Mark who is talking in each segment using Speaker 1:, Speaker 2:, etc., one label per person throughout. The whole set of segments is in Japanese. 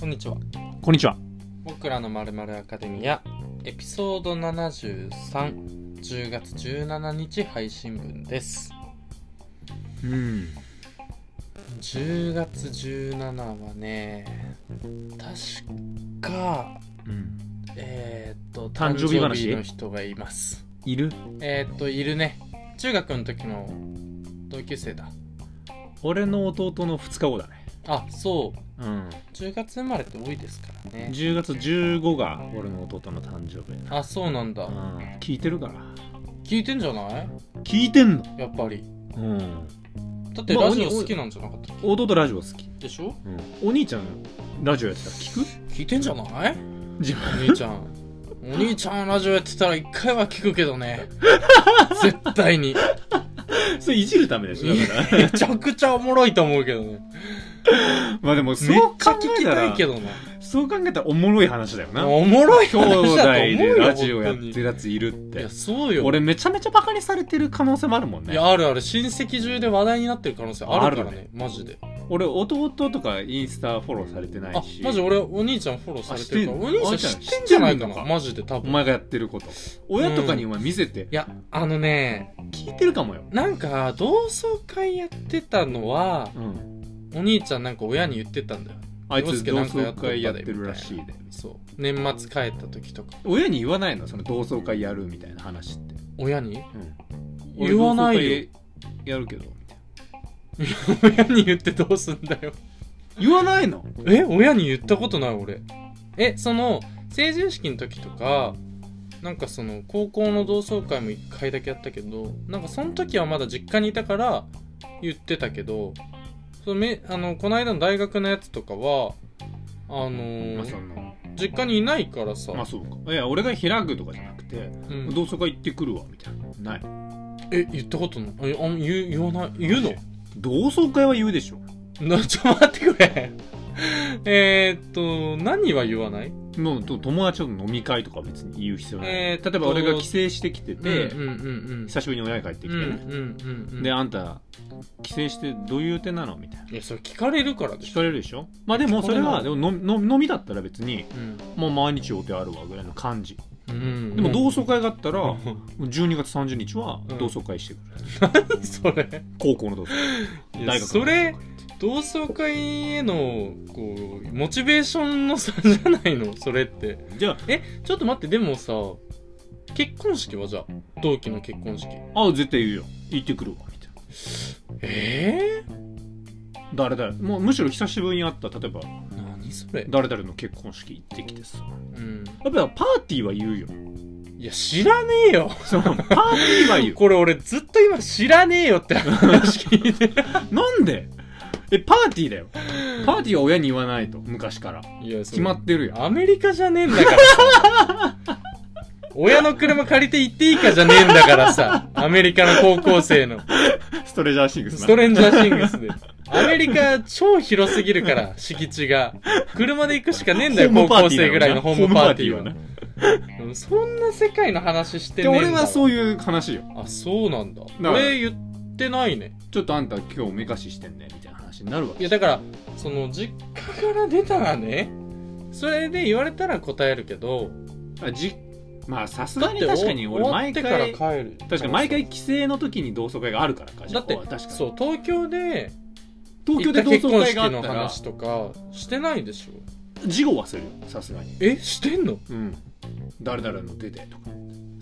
Speaker 1: こんにちは
Speaker 2: こんにちは。
Speaker 1: 僕らのまるまるアカデミアエピソード730月17日配信分です
Speaker 2: うん。
Speaker 1: 10月17はね確か
Speaker 2: うん。
Speaker 1: えーっと
Speaker 2: 誕生日話
Speaker 1: の人がいます
Speaker 2: いる
Speaker 1: えーっといるね中学の時の同級生だ
Speaker 2: 俺の弟の2日後だね。
Speaker 1: あそう
Speaker 2: うん。
Speaker 1: 10月生まれって多いですからね
Speaker 2: 10月15が俺の弟の誕生日。
Speaker 1: あそうなんだ
Speaker 2: うん。聞いてるから。
Speaker 1: 聞いてんじゃない
Speaker 2: 聞いてんの
Speaker 1: やっぱり
Speaker 2: うん。
Speaker 1: だって
Speaker 2: まあ
Speaker 1: ラジオ
Speaker 2: おに
Speaker 1: 好きなんじゃなかったっけ
Speaker 2: 弟ラジオ好き。
Speaker 1: でしょ
Speaker 2: お兄ちゃん、ラジオやってたら聞く
Speaker 1: 聞いてんじゃない
Speaker 2: 自
Speaker 1: お
Speaker 2: 分。
Speaker 1: 兄ちゃんお兄ちゃんラジオやってたら一回は聞くけど ね絶対に
Speaker 2: それいじるためでしょだか
Speaker 1: めちゃくちゃおもろいと思うけどね
Speaker 2: ら。まあでも、そう
Speaker 1: めっちゃ
Speaker 2: 考
Speaker 1: 聞
Speaker 2: え
Speaker 1: き
Speaker 2: た
Speaker 1: たい
Speaker 2: ら
Speaker 1: け、どね
Speaker 2: そう考えたらおもろい話だよな。
Speaker 1: おもろい
Speaker 2: 兄
Speaker 1: 話
Speaker 2: 弟
Speaker 1: だと思う
Speaker 2: で
Speaker 1: よ
Speaker 2: ラジオやっ
Speaker 1: 本
Speaker 2: て
Speaker 1: 当
Speaker 2: る
Speaker 1: に
Speaker 2: やついるっ
Speaker 1: い
Speaker 2: て
Speaker 1: や。そうよ
Speaker 2: 俺めちゃめちゃバカにされてる可能性もあるもん
Speaker 1: い
Speaker 2: ね
Speaker 1: や。あるある親戚中で話題になってる可能性あるから
Speaker 2: ある
Speaker 1: ねマジで
Speaker 2: 俺弟とかインスタフォローされてな
Speaker 1: あ
Speaker 2: いし。
Speaker 1: マジ俺お兄ちゃんフォローされてるからお
Speaker 2: あしてんの
Speaker 1: 兄ちゃん知ってんじゃないか
Speaker 2: あ知ってん
Speaker 1: な
Speaker 2: のか
Speaker 1: マジで多
Speaker 2: お
Speaker 1: 分い
Speaker 2: 前がやってること親とかにお前見せて
Speaker 1: やあのね
Speaker 2: 聞いてるかもよ、
Speaker 1: なんか同窓会やってたのは
Speaker 2: うん、
Speaker 1: お兄ちゃんなんか親に言ってたんだよ
Speaker 2: あい
Speaker 1: 洋
Speaker 2: つ
Speaker 1: 介
Speaker 2: 同
Speaker 1: なんかや
Speaker 2: 窓
Speaker 1: っとったで
Speaker 2: 会やってるらしいで
Speaker 1: そう年末帰った時とか
Speaker 2: 親に言わないのその同窓会やるみたいな話って、
Speaker 1: 親に
Speaker 2: うん、
Speaker 1: 言わないよ
Speaker 2: 俺同窓会やるけどみたいな
Speaker 1: 親に言ってどうすんだよ
Speaker 2: 言わないの
Speaker 1: え親に言ったことない俺えその成人式の時とかなんかその高校の同窓会も1回だけやったけどなんかその時はまだ実家にいたから言ってたけどそのめあのこの間の大学のやつとかはあのー
Speaker 2: まあその
Speaker 1: 実家にいないからさ、
Speaker 2: まあそうかいや俺が開くとかじゃなくて、
Speaker 1: うん
Speaker 2: 同窓会行ってくるわみたいなない
Speaker 1: え言ったことないえあん言う言わない言うの
Speaker 2: 同窓会は言うでしょ
Speaker 1: な、ちょ、待ってくれ。えーっと、何は言わない
Speaker 2: もうと友達との飲み会とかは別に言う必要ない、
Speaker 1: えーっと
Speaker 2: 例えば俺が帰省してきてて、
Speaker 1: うんうんうん
Speaker 2: 久しぶりに親が帰って
Speaker 1: うん。
Speaker 2: き
Speaker 1: う
Speaker 2: て
Speaker 1: ん
Speaker 2: ね、
Speaker 1: うんうん。
Speaker 2: で、あんた帰省してどういう予定なのみたいない
Speaker 1: や、それ聞かれるからで
Speaker 2: 聞
Speaker 1: し
Speaker 2: か
Speaker 1: ょ。
Speaker 2: れるでしょまあでもそれは
Speaker 1: 聞
Speaker 2: でものの飲みだったら別に
Speaker 1: うん。
Speaker 2: もう毎日予定あるわぐらいの感じ
Speaker 1: うん。
Speaker 2: でも同
Speaker 1: う
Speaker 2: 窓会があったらも
Speaker 1: ん
Speaker 2: う12月30日は
Speaker 1: うん
Speaker 2: 同窓会してくる、
Speaker 1: 何 それ。
Speaker 2: 高校の同窓
Speaker 1: い
Speaker 2: 会
Speaker 1: や
Speaker 2: 大学の同
Speaker 1: そ
Speaker 2: 窓会
Speaker 1: れ、同窓会への、こう、モチベーションの差じゃないのそれって。
Speaker 2: じゃ
Speaker 1: え、ちょっと待って、でもさ、結婚式はじゃあ、同期の結婚式。
Speaker 2: ああ絶対言うよ行ってくるわみたいな
Speaker 1: え
Speaker 2: 誰々もうむしろ久しぶりに会った例えば
Speaker 1: ー、何それ。
Speaker 2: 誰々の結婚式行ってきてさ
Speaker 1: うん。
Speaker 2: やっぱパーティーは言うよ
Speaker 1: いや、知らねえよ。
Speaker 2: そうパーティーは言 う
Speaker 1: これ俺ずっと今知らねえよって話聞いてる
Speaker 2: なんでえパーティーだよパーティーは親に言わないと昔から
Speaker 1: いや
Speaker 2: 決まってるよ
Speaker 1: アメリカじゃねえんだからさ親の車借りて行っていいかじゃねえんだからさアメリカの高校生の
Speaker 2: ストレジャーシングスな
Speaker 1: ストレンジャーシングスでアメリカ超広すぎるから敷地が車で行くしかねえんだよ
Speaker 2: ホ
Speaker 1: 高
Speaker 2: ームパー
Speaker 1: 校
Speaker 2: ティーだ
Speaker 1: 生
Speaker 2: よ
Speaker 1: ぐらいのホームパーティーは
Speaker 2: ホームパ
Speaker 1: うんそんな世界の話して
Speaker 2: で
Speaker 1: ねえんだ
Speaker 2: 俺はそうういう話よ
Speaker 1: あそうなんだ
Speaker 2: ら
Speaker 1: 俺言ってないね
Speaker 2: ちょっとあんた今日目かししてんねみたいな話になるわ
Speaker 1: い
Speaker 2: け
Speaker 1: やだからその実家から出たらねそれで言われたら答えるけど
Speaker 2: あじまあさす
Speaker 1: だ
Speaker 2: が
Speaker 1: っ
Speaker 2: に
Speaker 1: て
Speaker 2: 確かに
Speaker 1: お
Speaker 2: 俺毎
Speaker 1: 終わっ
Speaker 2: 回
Speaker 1: てから帰る
Speaker 2: 確かに毎回帰省の時に同窓会があるからか
Speaker 1: だって
Speaker 2: じゃあ確かに
Speaker 1: そう東京で
Speaker 2: 東
Speaker 1: 行
Speaker 2: 京
Speaker 1: った
Speaker 2: で
Speaker 1: 結
Speaker 2: 同
Speaker 1: 婚
Speaker 2: 窓会
Speaker 1: 式
Speaker 2: があ
Speaker 1: の
Speaker 2: ったら
Speaker 1: 話とかしてないでしょ
Speaker 2: 事後はするよさすがに
Speaker 1: えしてんの
Speaker 2: うん誰々の出てとか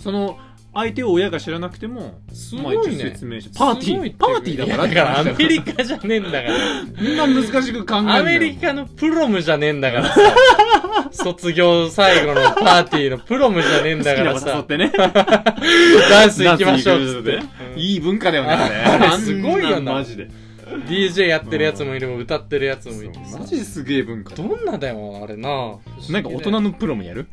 Speaker 2: その相手を親が知らなくても
Speaker 1: す
Speaker 2: ま
Speaker 1: ご
Speaker 2: あ一応
Speaker 1: いね
Speaker 2: 説明してパーティーパーティーだか
Speaker 1: だ
Speaker 2: ら
Speaker 1: からア
Speaker 2: って
Speaker 1: メ
Speaker 2: 話だ
Speaker 1: リカじゃねえんだか
Speaker 2: からみんな難しく考える
Speaker 1: らアメリカのプロムじゃねえんだからさ 卒業最後のパーティーのプロムじゃねえん
Speaker 2: 好き
Speaker 1: だか
Speaker 2: な
Speaker 1: ら
Speaker 2: 場所誘
Speaker 1: さ
Speaker 2: ってね
Speaker 1: ダンス行きましょうっつって
Speaker 2: ダンス行きましょうっつっていい文化だよね
Speaker 1: あれ
Speaker 2: あれ
Speaker 1: すごいよな
Speaker 2: あんマジで
Speaker 1: DJ やってるやつもいれば歌ってるやつもいて
Speaker 2: そう
Speaker 1: さ
Speaker 2: マジですげえ文化だ
Speaker 1: どんなだよあれな
Speaker 2: なんか大人のプロもやる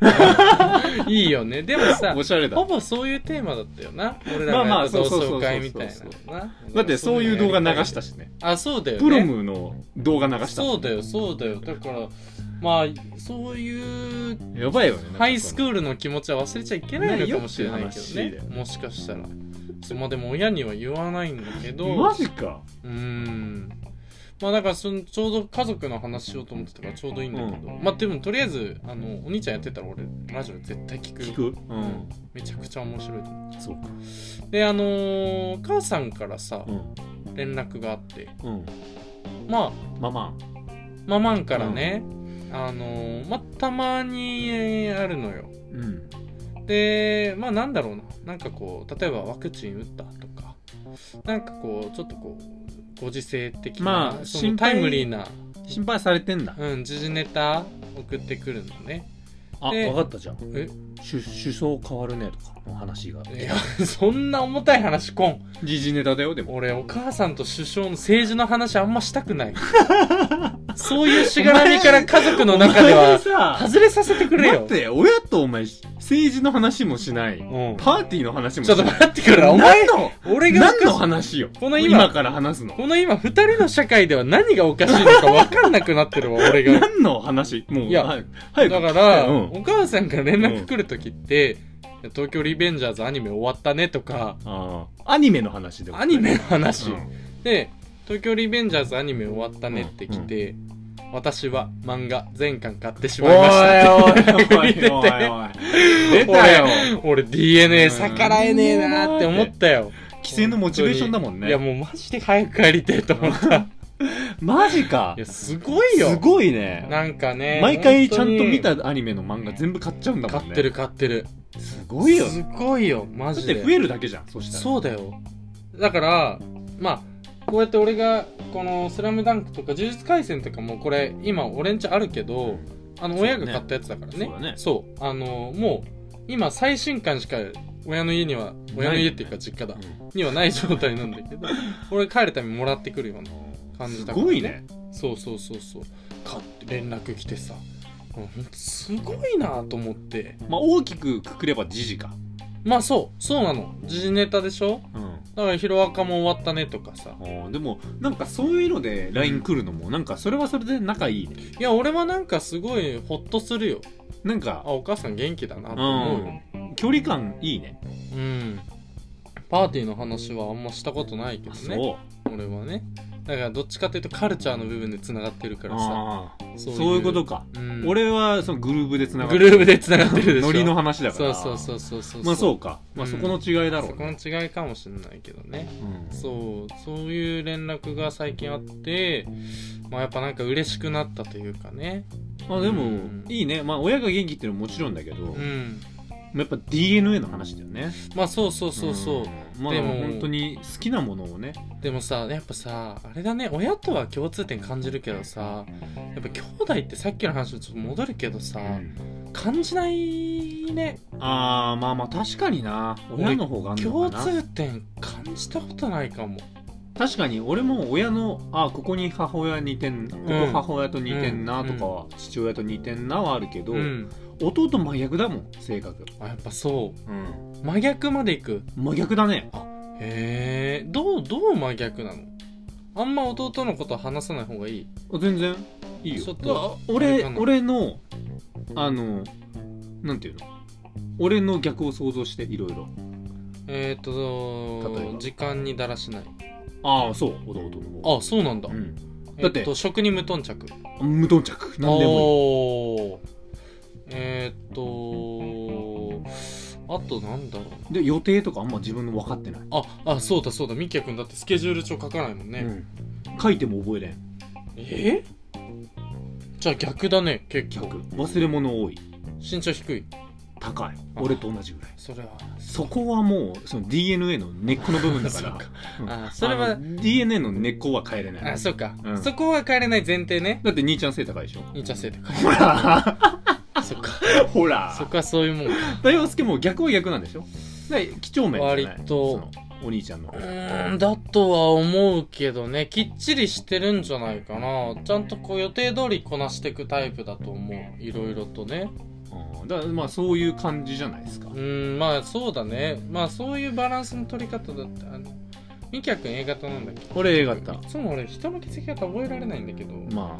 Speaker 1: いいよねでもさ
Speaker 2: おしゃれ
Speaker 1: ほ
Speaker 2: だ。
Speaker 1: ぼそういうテーマだったよな俺ら
Speaker 2: まあま
Speaker 1: が
Speaker 2: あ
Speaker 1: やった同
Speaker 2: そうそうそうそ
Speaker 1: 窓
Speaker 2: う
Speaker 1: 会みたいなな
Speaker 2: だってそういう動画流したたしね。
Speaker 1: あそうだよね
Speaker 2: プロムの動画流した。
Speaker 1: そうだよそうだよだからまあそういう
Speaker 2: やばいよね
Speaker 1: ハイスク
Speaker 2: ー
Speaker 1: ールの気持ちは忘れちゃいけないのかもしれないけど
Speaker 2: ないよって話だ
Speaker 1: ね
Speaker 2: よ
Speaker 1: もしかしたらそうまあでも親には言わないんだけど
Speaker 2: マジか
Speaker 1: うーんまあだからそのちょうど家族の話しようと思ってたからちょうどいいんだけど、まあでもとりあえずあのお兄ちゃんやってたら俺ラジオ絶対聞く
Speaker 2: 聞くう
Speaker 1: うんん、めちゃくちゃ面白いと思
Speaker 2: そうか
Speaker 1: うであのー母さんからさ
Speaker 2: うん
Speaker 1: 連絡があって
Speaker 2: うん
Speaker 1: まあ
Speaker 2: ママ
Speaker 1: ママンからね、あのーまあたまにえーあるのよ
Speaker 2: うん
Speaker 1: でまあなんだろうななんかこう例えばワクチン打ったとかなんかこうちょっとこうご時世的な、
Speaker 2: まあ
Speaker 1: その
Speaker 2: 心
Speaker 1: タ
Speaker 2: 配
Speaker 1: イムリーな、
Speaker 2: 心配されてんだ
Speaker 1: うん、時事ネタ送ってくるのね
Speaker 2: あ
Speaker 1: で
Speaker 2: 分かったじゃん
Speaker 1: え
Speaker 2: 首首相変わるねとかの話が
Speaker 1: いや そんな重たい話こん
Speaker 2: 時事ネタだよでも
Speaker 1: 俺お母さんと首相の政治の話あんましたく ないそういうしがらみから家族の中では
Speaker 2: さ
Speaker 1: 外れさせてくれ
Speaker 2: 待っ
Speaker 1: よ、
Speaker 2: て親とお前政治の話もしない
Speaker 1: うん、
Speaker 2: パーティーの話も
Speaker 1: ちょっと待ってくれお前
Speaker 2: 何の
Speaker 1: 俺がおか
Speaker 2: 何
Speaker 1: し
Speaker 2: の話よ
Speaker 1: この今
Speaker 2: 今から話すの
Speaker 1: この今二人の社会では何がおかしいのか分かんなくなってるわ 俺が
Speaker 2: 何の話もう
Speaker 1: いや
Speaker 2: はい早く
Speaker 1: だ
Speaker 2: 聞
Speaker 1: か
Speaker 2: き
Speaker 1: ら、
Speaker 2: たいうん
Speaker 1: お母さんから連絡来る時って「東京リベンジャーズアニメ終わったね」とか
Speaker 2: あーアニメの話で
Speaker 1: アニメの話、
Speaker 2: うん
Speaker 1: で「東京リベンジャーズアニメ終わったね」って来て、私は漫画全巻買ってし
Speaker 2: お
Speaker 1: まいましたって
Speaker 2: いおいおいおいおいおい出たよ
Speaker 1: 俺 DNA 逆らえねえなーって思ったよ
Speaker 2: 規制のモチベーションだもん
Speaker 1: いや
Speaker 2: ね
Speaker 1: もうマジで早く帰りてえと思ったい
Speaker 2: マジか
Speaker 1: やすごいよ
Speaker 2: すごいね
Speaker 1: なんかね
Speaker 2: 毎回ちゃんと見
Speaker 1: 本
Speaker 2: たアニメの漫画全部買っちゃうんだ
Speaker 1: 当
Speaker 2: も
Speaker 1: に
Speaker 2: んね
Speaker 1: 買ってる買ってる
Speaker 2: すごいよ
Speaker 1: すごいよマ
Speaker 2: だっ
Speaker 1: ジ
Speaker 2: て
Speaker 1: で
Speaker 2: 増えるだけじゃんそしたら
Speaker 1: そうだよだからまあこうやって俺がこの「スラムダンクとか「呪術廻戦」とかもこれ今俺んちあるけどあの
Speaker 2: そうだね
Speaker 1: 親が買ったやつだからね
Speaker 2: そうだね
Speaker 1: あのもう今最新刊しか親の家には親の家っていうか実家だにはない状態なんだ けど俺帰るたびもらってくるような
Speaker 2: うん
Speaker 1: 感じ
Speaker 2: す
Speaker 1: だから、
Speaker 2: ごいね
Speaker 1: そうそうそうそう買って連絡来てさうんほんとすごいなと思って
Speaker 2: まあ大きくくくれば時事か
Speaker 1: まあそうそうなの時事ネタでしょ
Speaker 2: うん
Speaker 1: だからヒロアカも終わったねとかさ
Speaker 2: あーでもなんかそういうので LINE 来るのもなんかそれはそれで仲いいね
Speaker 1: いや俺はなんかすごいホッとするよ
Speaker 2: なん
Speaker 1: あ
Speaker 2: か
Speaker 1: お母さん元気だなと
Speaker 2: う
Speaker 1: 思うよ
Speaker 2: ん距離感いいね
Speaker 1: うん、パーティーの話はあんましたことないけど
Speaker 2: あ
Speaker 1: ね
Speaker 2: そう
Speaker 1: 俺はねだからどっちかというとカルチャーの部分でつながってるからさ
Speaker 2: あー
Speaker 1: そ
Speaker 2: そういうこと、か
Speaker 1: うん、
Speaker 2: 俺はそのグルーブでつなが
Speaker 1: グルーブでつながってるでしょ
Speaker 2: ノリの話だか
Speaker 1: そう
Speaker 2: ら
Speaker 1: そうそうそうそう
Speaker 2: まあそうかまあ
Speaker 1: うん
Speaker 2: そこの違いだろ
Speaker 1: そうこ
Speaker 2: ね
Speaker 1: の違いかもしれないけどね
Speaker 2: うん
Speaker 1: そうそういう連絡が最近あってまあやっぱなんか嬉しくなったというかね
Speaker 2: まあでも、
Speaker 1: うん
Speaker 2: いいねまあ親が元気っていうのはもちろんだけど、
Speaker 1: うん
Speaker 2: やっぱ DNA の話だよね
Speaker 1: まあそうそうそうそう、
Speaker 2: んまあ
Speaker 1: で
Speaker 2: で
Speaker 1: も
Speaker 2: も本当に好きなものをね
Speaker 1: でもさやっぱさあれだね親とは共通点感じるけどさやっぱ兄弟ってさっきの話にちょっと戻るけどさ、感じないね
Speaker 2: ああまあまあ確かにな
Speaker 1: 俺
Speaker 2: 親の方があんの
Speaker 1: 共
Speaker 2: かな
Speaker 1: 通点感じたことないかも
Speaker 2: 確かに俺も親のあここに母親似てんなここ母親と似てんな
Speaker 1: うん
Speaker 2: とかは、父親と似てんなはあるけど、
Speaker 1: うん
Speaker 2: 弟真逆だもん性格、
Speaker 1: あやっぱそ
Speaker 2: うん、
Speaker 1: う真逆までいく
Speaker 2: 真逆だね
Speaker 1: へえどうどう真逆なのあんま弟のこと話さない方がいい
Speaker 2: あ全然いいよ
Speaker 1: ちょっと
Speaker 2: あ
Speaker 1: あれ
Speaker 2: 俺
Speaker 1: かな
Speaker 2: 俺のあのなんていうの俺の逆を想像していろいろ
Speaker 1: えっ、
Speaker 2: 例え
Speaker 1: と
Speaker 2: ば
Speaker 1: 時間にだらしない
Speaker 2: ああそう弟の方
Speaker 1: あそうなんだ、
Speaker 2: うん
Speaker 1: え
Speaker 2: だ
Speaker 1: っ
Speaker 2: って
Speaker 1: と食に無頓着
Speaker 2: 無頓着何でも
Speaker 1: おーえー、っとあとなんだろう
Speaker 2: いいで予定とかあんま自分の分かってない、
Speaker 1: なああそうだそうだみきやくんだってスケジュール帳書かないもんね、
Speaker 2: うん書いても覚えれん
Speaker 1: えじゃあ逆だね結
Speaker 2: 逆
Speaker 1: 構
Speaker 2: 忘れ物多い
Speaker 1: 身長低い
Speaker 2: 高い
Speaker 1: あ
Speaker 2: 俺と同じぐらい
Speaker 1: それは
Speaker 2: そこはもうその DNA の根っこの部分だ か
Speaker 1: そ
Speaker 2: ら
Speaker 1: うか
Speaker 2: うん
Speaker 1: あそれは
Speaker 2: あの DNA の根っこは変えれない
Speaker 1: あそうか、
Speaker 2: うん
Speaker 1: そこは変えれない前提ね
Speaker 2: だって兄ちゃん背高いでしょ
Speaker 1: インチャ性高い
Speaker 2: ほら
Speaker 1: そっか
Speaker 2: ほら
Speaker 1: そこはそういうもんか
Speaker 2: 大洋介も逆は逆なんでしょだから几帳面じゃない
Speaker 1: 割と
Speaker 2: そのお兄ちゃんの
Speaker 1: うーんだとは思うけどねきっちりしてるんじゃないかなちゃんとこう予定通りこなしていくタイプだと思ういろいろとね
Speaker 2: うんだからまあそういう感じじゃないですか
Speaker 1: うーんまあそうだねまあそういうバランスの取り方だってあのみきやくん A 型なんだっけど
Speaker 2: 俺 A 型
Speaker 1: いつも俺人の血液型覚えられないんだけど、
Speaker 2: ま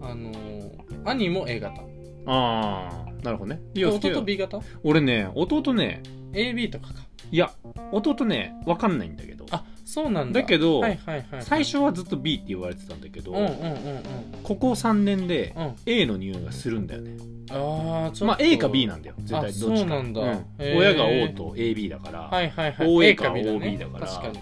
Speaker 2: あ
Speaker 1: あのー兄も A 型
Speaker 2: ああなるほどねいや好きだ
Speaker 1: 弟
Speaker 2: よ
Speaker 1: B 型
Speaker 2: 俺ね弟ね
Speaker 1: AB とかか
Speaker 2: いや弟ね分かんないんだけど
Speaker 1: あそうなんだ
Speaker 2: だけど
Speaker 1: はいはいはいはい、
Speaker 2: 最初はずっと B って言われてたんだけど、
Speaker 1: うんうんうん
Speaker 2: ここ3年で
Speaker 1: うんうん
Speaker 2: A の匂いがするんだよね
Speaker 1: ああちょっと
Speaker 2: まあ A か B なんだよ絶対
Speaker 1: あ
Speaker 2: どっちか
Speaker 1: そうなんだへー
Speaker 2: 親が O と AB だから、
Speaker 1: はいはいはい
Speaker 2: OA
Speaker 1: A か B だ,、ね、
Speaker 2: か OB だから
Speaker 1: 確かに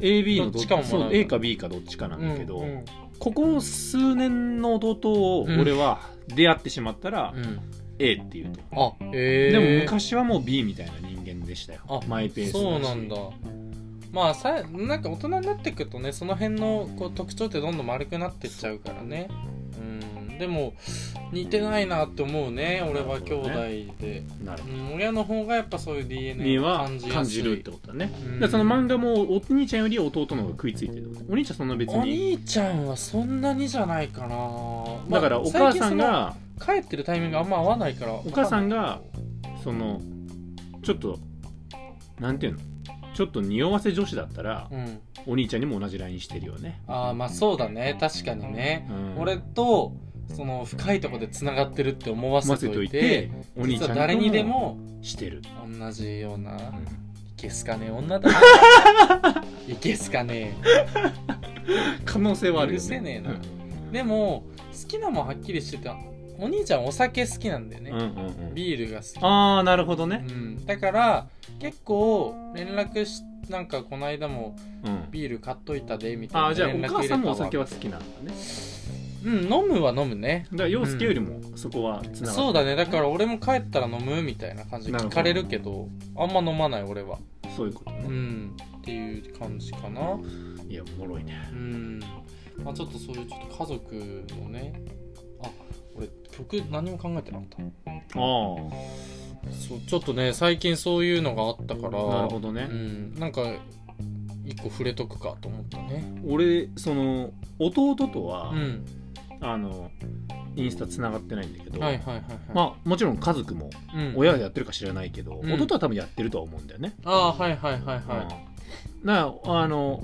Speaker 2: AB の
Speaker 1: どっちかも
Speaker 2: そ
Speaker 1: な
Speaker 2: うん
Speaker 1: だ
Speaker 2: A か B かどっちかなんだけど、
Speaker 1: うんうん
Speaker 2: ここ数年の弟を
Speaker 1: うん
Speaker 2: 俺は出会ってしまったら
Speaker 1: うん
Speaker 2: A っていうと、
Speaker 1: あえ
Speaker 2: で
Speaker 1: ー、
Speaker 2: も昔はもう B みたいな人間でしたよ
Speaker 1: あ
Speaker 2: マイペースだし
Speaker 1: そうなんだまあさなんか大人になっていくとねその辺のこう特徴ってどんどん丸くなってっちゃうからねうんでも似てないなって思うね俺は兄弟で、
Speaker 2: なるほ
Speaker 1: うん、親の方がやっぱそういう
Speaker 2: ど B
Speaker 1: DNA を
Speaker 2: は
Speaker 1: 感じやすい
Speaker 2: 感じるってことだね、
Speaker 1: うん
Speaker 2: でその漫画もお兄ちゃんより弟の方が食いついてるってことお兄ちゃんそんな別
Speaker 1: お
Speaker 2: に
Speaker 1: 兄ちゃんはそんなにじゃないかな、ま
Speaker 2: だ
Speaker 1: あ
Speaker 2: からお母さん
Speaker 1: 最近
Speaker 2: が
Speaker 1: その帰ってるタイミングあんま合わないから
Speaker 2: お母さんがそのちょっとなんていうのちょっと匂わせ女子だったら
Speaker 1: うん
Speaker 2: お兄ちゃんにも同じ LINE してるよね、
Speaker 1: ああまあそうだね確かにね
Speaker 2: うん
Speaker 1: 俺とその深いところでつながってるって思わせ
Speaker 2: ませ
Speaker 1: と
Speaker 2: と
Speaker 1: い
Speaker 2: い
Speaker 1: て
Speaker 2: てお兄ちゃ
Speaker 1: 実は
Speaker 2: んと
Speaker 1: 誰にでも
Speaker 2: してる、
Speaker 1: 同じような
Speaker 2: うん
Speaker 1: いけすかねえ女だ いけすかね
Speaker 2: 可能性はあるよ、ね、
Speaker 1: 許せねえなえでも好きなもんはっきりしてたお兄ちゃんお酒好きなんだよ
Speaker 2: うんう
Speaker 1: ね、
Speaker 2: んうんうん
Speaker 1: ビールが好
Speaker 2: ああなるほどね
Speaker 1: き、うん、だから結構連絡しなんかこの間も
Speaker 2: うん
Speaker 1: ビール買っといたでみたい
Speaker 2: あ
Speaker 1: な
Speaker 2: あじゃあお
Speaker 1: 連絡
Speaker 2: 母
Speaker 1: 入れ
Speaker 2: さ
Speaker 1: たわ
Speaker 2: んもお酒は好きなんだね
Speaker 1: うん飲むは飲むね
Speaker 2: だから洋介よりもそこはつながって
Speaker 1: そうだねだから俺も帰ったら飲むみたいな感じで聞かれるけどあんま飲まない俺は
Speaker 2: そういうこと
Speaker 1: う
Speaker 2: ね、
Speaker 1: んっていう感じかない
Speaker 2: やおもろいね
Speaker 1: うんまあちょっとそういうちょっと家族のねあ俺曲何も考えてなかった
Speaker 2: ああ
Speaker 1: そうちょっとね最近そういうのがあったから
Speaker 2: なるほど
Speaker 1: う
Speaker 2: ね、
Speaker 1: んなんか一個触れとくかと思ったね
Speaker 2: 俺その弟とは、
Speaker 1: うん
Speaker 2: あのインスタつながってないんだけど、
Speaker 1: はいはいはいはい
Speaker 2: まあもちろん家族も
Speaker 1: うん
Speaker 2: 親がやってるか知らないけど、
Speaker 1: うん
Speaker 2: 弟は多分やってるとは思うんだよね、
Speaker 1: ああーはいはいはい
Speaker 2: うん
Speaker 1: は
Speaker 2: なあの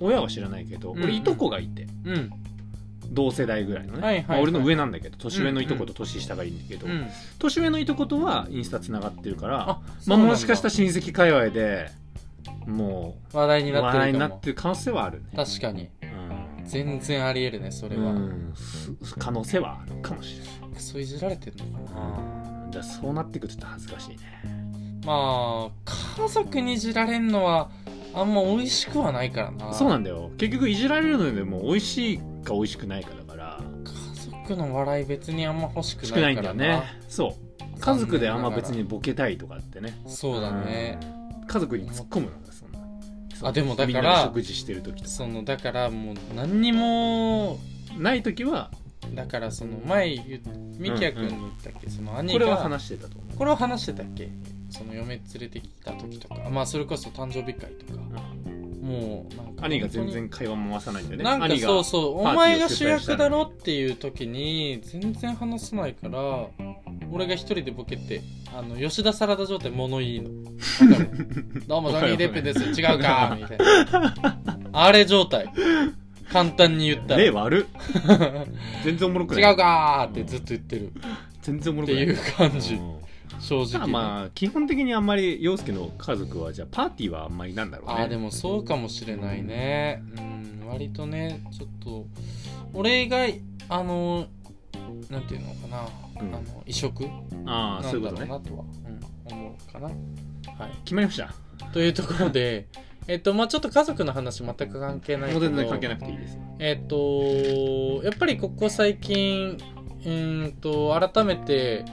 Speaker 2: 親は知らないけど、
Speaker 1: うん
Speaker 2: 俺いとこがいて
Speaker 1: いうん
Speaker 2: 同世代ぐらいのね、
Speaker 1: はいはいはい
Speaker 2: まあ俺の上なんだけど年上のいとこと年下がいいんだけど、
Speaker 1: うん
Speaker 2: 年上のいとことはインスタつながってるから
Speaker 1: あ
Speaker 2: まあ、もしかしたら
Speaker 1: ら
Speaker 2: 親戚界隈でも
Speaker 1: 話題に
Speaker 2: う
Speaker 1: なって
Speaker 2: 話
Speaker 1: る
Speaker 2: 題に
Speaker 1: か
Speaker 2: な
Speaker 1: も
Speaker 2: ってる可能性はあるね、
Speaker 1: 確かに全然ありえるねそれ
Speaker 2: うん
Speaker 1: は、
Speaker 2: うんす可能性はあるかもしれない
Speaker 1: クソいじられてんのかな
Speaker 2: うんじゃあそうなってくるとちょっと恥ずかしいね
Speaker 1: まあ家族にいじられんのはあんま美味しくはないからな
Speaker 2: そうなんだよ結局いじられるのでも美味しいか美味しくないかだから
Speaker 1: 家族の笑い別にあんま欲しく
Speaker 2: 少
Speaker 1: な
Speaker 2: ないいん
Speaker 1: か
Speaker 2: だよ
Speaker 1: ら
Speaker 2: ね
Speaker 1: ね
Speaker 2: そう家族であんま別にボケたいとかってね
Speaker 1: そうだね、
Speaker 2: うん家族に突っ込むのがそんな
Speaker 1: あでもだから
Speaker 2: みんなで食事してる時とか
Speaker 1: そのだからもう何にも
Speaker 2: ない時は
Speaker 1: だからその前言っミキヤ君に言ったっけ、その兄
Speaker 2: こ
Speaker 1: が
Speaker 2: れは話してたと思う
Speaker 1: これを話してたっけその嫁連れてきた時とかまあそれこそ誕生日会とか、もうなんか
Speaker 2: 兄が全然会話も回さないんだよね
Speaker 1: なんか
Speaker 2: 兄が
Speaker 1: そうそう
Speaker 2: パ
Speaker 1: お
Speaker 2: ーティーを
Speaker 1: 前が主役だろっていう時に全然話さないから俺が一人でボケてあの吉田サラダ状態物言いのわかる どうもジョニー・デップです違うかみたいなあれ状態簡単に言ったら
Speaker 2: 例
Speaker 1: 違う
Speaker 2: 悪 っ全然おもろくない
Speaker 1: かーってずっと言ってる
Speaker 2: 全然おも
Speaker 1: っ
Speaker 2: ろ
Speaker 1: て
Speaker 2: くない
Speaker 1: いう感じ
Speaker 2: うん
Speaker 1: 正
Speaker 2: ただ
Speaker 1: 直
Speaker 2: まあ基本的にあんまり陽介の家族はじゃあパーティーはあんまりなんだろうね
Speaker 1: あーでもそうかもしれないねうん割とねちょっと俺以外あのなんていうのかな、
Speaker 2: うん
Speaker 1: あの異色
Speaker 2: ああ
Speaker 1: な
Speaker 2: そうんいう
Speaker 1: だろう
Speaker 2: ことね
Speaker 1: なとは、うん、思うかな。はい、
Speaker 2: 決まりました
Speaker 1: というところで、えっとまあ、ちょっと家族の話全く関係ないけ
Speaker 2: もう
Speaker 1: ど
Speaker 2: 全然関係なくていいです
Speaker 1: えっとやっぱりここ最近うーんと改めて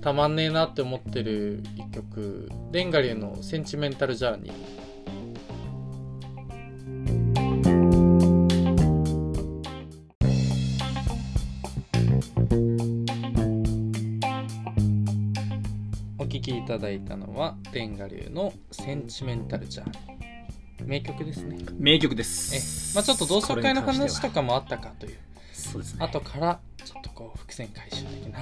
Speaker 1: たまんねえなって思ってる一曲レンガリューの「センチメンタル・ジャーニー」お聴きいただいたのはレンガリューの「センチメンタル・ジャーニー」名曲ですね
Speaker 2: 名曲で
Speaker 1: え
Speaker 2: す
Speaker 1: まあちょっと同窓会の話と
Speaker 2: か
Speaker 1: かもあったかという
Speaker 2: そうですね
Speaker 1: 後からちょっとこう伏線回収的な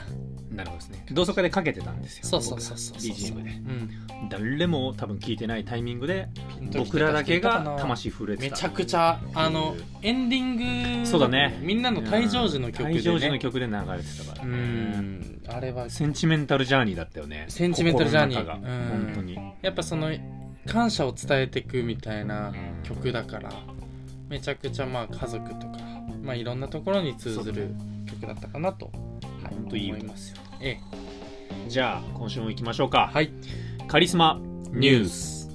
Speaker 2: なるほどですね同窓会でかけてたんですよ
Speaker 1: そうそうそうそうそう
Speaker 2: 僕が BGM で
Speaker 1: うん
Speaker 2: 誰も多分聞いてないタイミングでピ
Speaker 1: の時
Speaker 2: 僕らだけ
Speaker 1: と
Speaker 2: が
Speaker 1: か
Speaker 2: 魂震えて
Speaker 1: め
Speaker 2: た
Speaker 1: ちゃくちゃあのエンディング
Speaker 2: そうだね
Speaker 1: みんなの退場時の曲で、ね、
Speaker 2: 退場時の曲で流れてたから
Speaker 1: う
Speaker 2: ね
Speaker 1: んあれは
Speaker 2: センチメンタルジャーニーだったよね
Speaker 1: センチメンタルジャーニー
Speaker 2: 心の
Speaker 1: う
Speaker 2: 中が
Speaker 1: ん
Speaker 2: 本当に
Speaker 1: やっぱその感謝を伝えていくみたいな曲だからめちゃくちゃまあ家族とか、まあ、いろんなところに通ずる曲だったかなと、はい、
Speaker 2: 本当いい歌
Speaker 1: 思いますよ、ええ
Speaker 2: じゃあ今週も行きましょうか
Speaker 1: はい
Speaker 2: カリスマニュース
Speaker 1: ス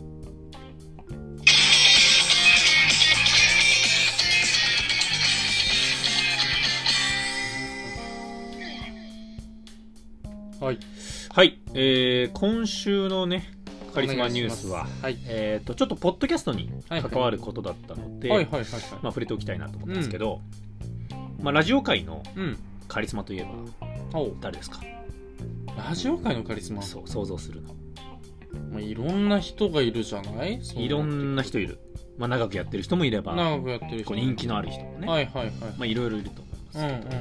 Speaker 1: はい
Speaker 2: はい、えー今週のねカリスマニュース
Speaker 1: お
Speaker 2: は
Speaker 1: 願いしますはい
Speaker 2: えー、とちょっとポッドキャストに
Speaker 1: はい
Speaker 2: 関
Speaker 1: はい
Speaker 2: わることだったので、
Speaker 1: はいはいはいはい
Speaker 2: まあ、触れておきたいなと思ったんですけど、まあ、ラジオ界の
Speaker 1: うん
Speaker 2: カリスマといえば
Speaker 1: お
Speaker 2: 誰ですか、
Speaker 1: ラジオ界のカリスマ
Speaker 2: そう想像するの
Speaker 1: まあ、いろんな人がいるじゃないそう
Speaker 2: いろんな人いる、まあ、長くやってる人もいれば
Speaker 1: 長くやってる人
Speaker 2: こう人気のある人もね、
Speaker 1: はいはいはい、
Speaker 2: まあ、いろいろいると思います
Speaker 1: う
Speaker 2: け
Speaker 1: んう
Speaker 2: ど、
Speaker 1: んま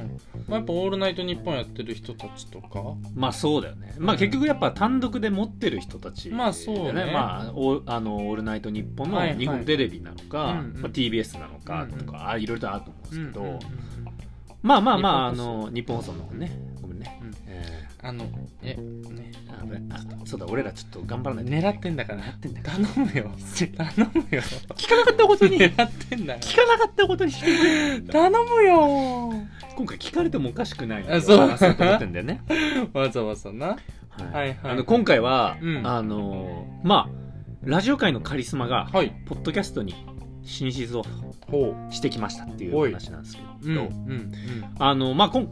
Speaker 1: あ、やっぱ「オールナイトニッポン」やってる人たちとか
Speaker 2: まあそうだよね、まあ、結局やっぱ単独で持ってる人たち、
Speaker 1: まあそうね
Speaker 2: まあ、おあの「オールナイトニッポン」
Speaker 1: は
Speaker 2: の
Speaker 1: いはい
Speaker 2: 日本テレビなのか、
Speaker 1: うんうん
Speaker 2: まあ、TBS なのかと
Speaker 1: うんう
Speaker 2: か、あいろいろとあると思うんですけど、
Speaker 1: うんうんうん
Speaker 2: まあまあまああ
Speaker 1: 日本放
Speaker 2: の日本放送の方ねごめんね、
Speaker 1: うん
Speaker 2: え
Speaker 1: あのえね
Speaker 2: ーあ危ないあそうだ俺らちょっと頑張らないと
Speaker 1: 狙ってんだから
Speaker 2: 狙ってんだ
Speaker 1: 頼む よ頼むよ
Speaker 2: 聞かなかったことに
Speaker 1: 狙ってんだよ
Speaker 2: 聞かなかったことにしてくれ
Speaker 1: 頼むよ
Speaker 2: 今回聞かれてもおかしくない
Speaker 1: あそう
Speaker 2: 話そうと思ってんだよね、
Speaker 1: わざわざな
Speaker 2: は
Speaker 1: はいはい
Speaker 2: あの今回は、
Speaker 1: うん
Speaker 2: あのまあラジオ界のカリスマが、
Speaker 1: はい
Speaker 2: ポッドキャストに進出を
Speaker 1: ほ
Speaker 2: してきましたっていう
Speaker 1: おい
Speaker 2: 話なんですけ
Speaker 1: う
Speaker 2: ど、
Speaker 1: うんうん
Speaker 2: あのまあこん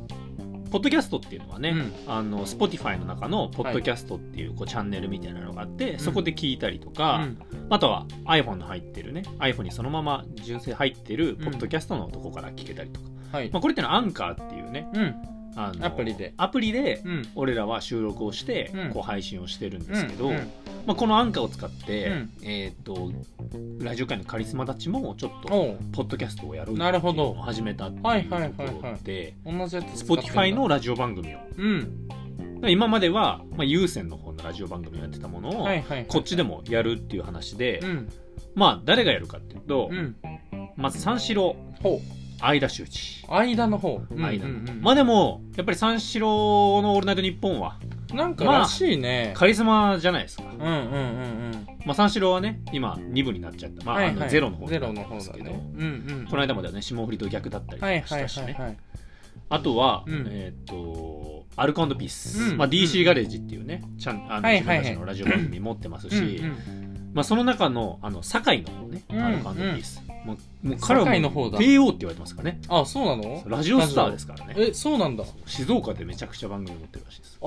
Speaker 2: ポッドキャストっていうのはね、
Speaker 1: うん
Speaker 2: あの Spotify の中のポッドキャストっていうこうチャンネルみたいなのがあって、そこで聞いたりと
Speaker 1: う
Speaker 2: か、
Speaker 1: ん
Speaker 2: あとは iPhone の入ってるね iPhone にそのまま純正入ってるポッドキャストのとこから聞けたりとか、
Speaker 1: はい
Speaker 2: まあ、これってのはアンカーっていうね
Speaker 1: うん
Speaker 2: あの
Speaker 1: アプリで
Speaker 2: アプリで
Speaker 1: うん
Speaker 2: 俺らは収録をして、
Speaker 1: うん
Speaker 2: こう配信をしてるんで
Speaker 1: う
Speaker 2: す
Speaker 1: ん
Speaker 2: けど、
Speaker 1: うん
Speaker 2: まあ、このアンカーを使って、
Speaker 1: うん
Speaker 2: えっ、とラジオ界のカリスマたちもちょっと
Speaker 1: おう
Speaker 2: ポッドキャストをやろうってい
Speaker 1: な
Speaker 2: う
Speaker 1: るほど
Speaker 2: のを始めたっていう
Speaker 1: はいはいはい
Speaker 2: とこ
Speaker 1: はい
Speaker 2: ろで
Speaker 1: 同じやつ使ってんだ
Speaker 2: Spotify のラジオ番組をだか
Speaker 1: うん
Speaker 2: ら今までは、まあ、有線の方のラジオ番組をやってたものを、
Speaker 1: はいはいはい
Speaker 2: こっちでもやるっていう話で、
Speaker 1: うん
Speaker 2: まあ誰がやるかっていうと、
Speaker 1: うん
Speaker 2: まず三四郎
Speaker 1: ほ
Speaker 2: 相田周知
Speaker 1: う間の方うん
Speaker 2: 間の
Speaker 1: うんうん
Speaker 2: まあでもやっぱり三四郎の「オールナイトニッポン」は
Speaker 1: なんからしいね、
Speaker 2: カリスマじゃないですか、
Speaker 1: うんうんうんうん
Speaker 2: まあ、三四郎はね今2部になっちゃった、まあ
Speaker 1: はい
Speaker 2: あ
Speaker 1: は
Speaker 2: の
Speaker 1: い
Speaker 2: ゼロの方
Speaker 1: ゼロ
Speaker 2: にな
Speaker 1: の
Speaker 2: ったん
Speaker 1: 方
Speaker 2: です
Speaker 1: だ
Speaker 2: けど、
Speaker 1: ねうん
Speaker 2: この間まではね霜降りと逆だった
Speaker 1: う
Speaker 2: り
Speaker 1: ん
Speaker 2: と
Speaker 1: はい
Speaker 2: かし
Speaker 1: はい
Speaker 2: たし
Speaker 1: はい
Speaker 2: ね
Speaker 1: はい
Speaker 2: あとは、
Speaker 1: うん
Speaker 2: えっ、と、アルコピース、
Speaker 1: うん
Speaker 2: まあ、
Speaker 1: う
Speaker 2: DC
Speaker 1: ん
Speaker 2: ガレージっていうね、ちゃんあの、
Speaker 1: はい
Speaker 2: 自
Speaker 1: はいはい
Speaker 2: 分たちのラジオ番組持ってますし、
Speaker 1: うん
Speaker 2: まあ、その中の、あの、堺の方ね、
Speaker 1: うん
Speaker 2: アルコピース。もう、もう彼は
Speaker 1: 堺の
Speaker 2: も
Speaker 1: 方
Speaker 2: う
Speaker 1: だ
Speaker 2: 帝王って言われてますからね。
Speaker 1: うんあそうなの
Speaker 2: ラジオスターですからね。
Speaker 1: えそうなんだ
Speaker 2: 静岡でめちゃくちゃ番組持ってるらしいです。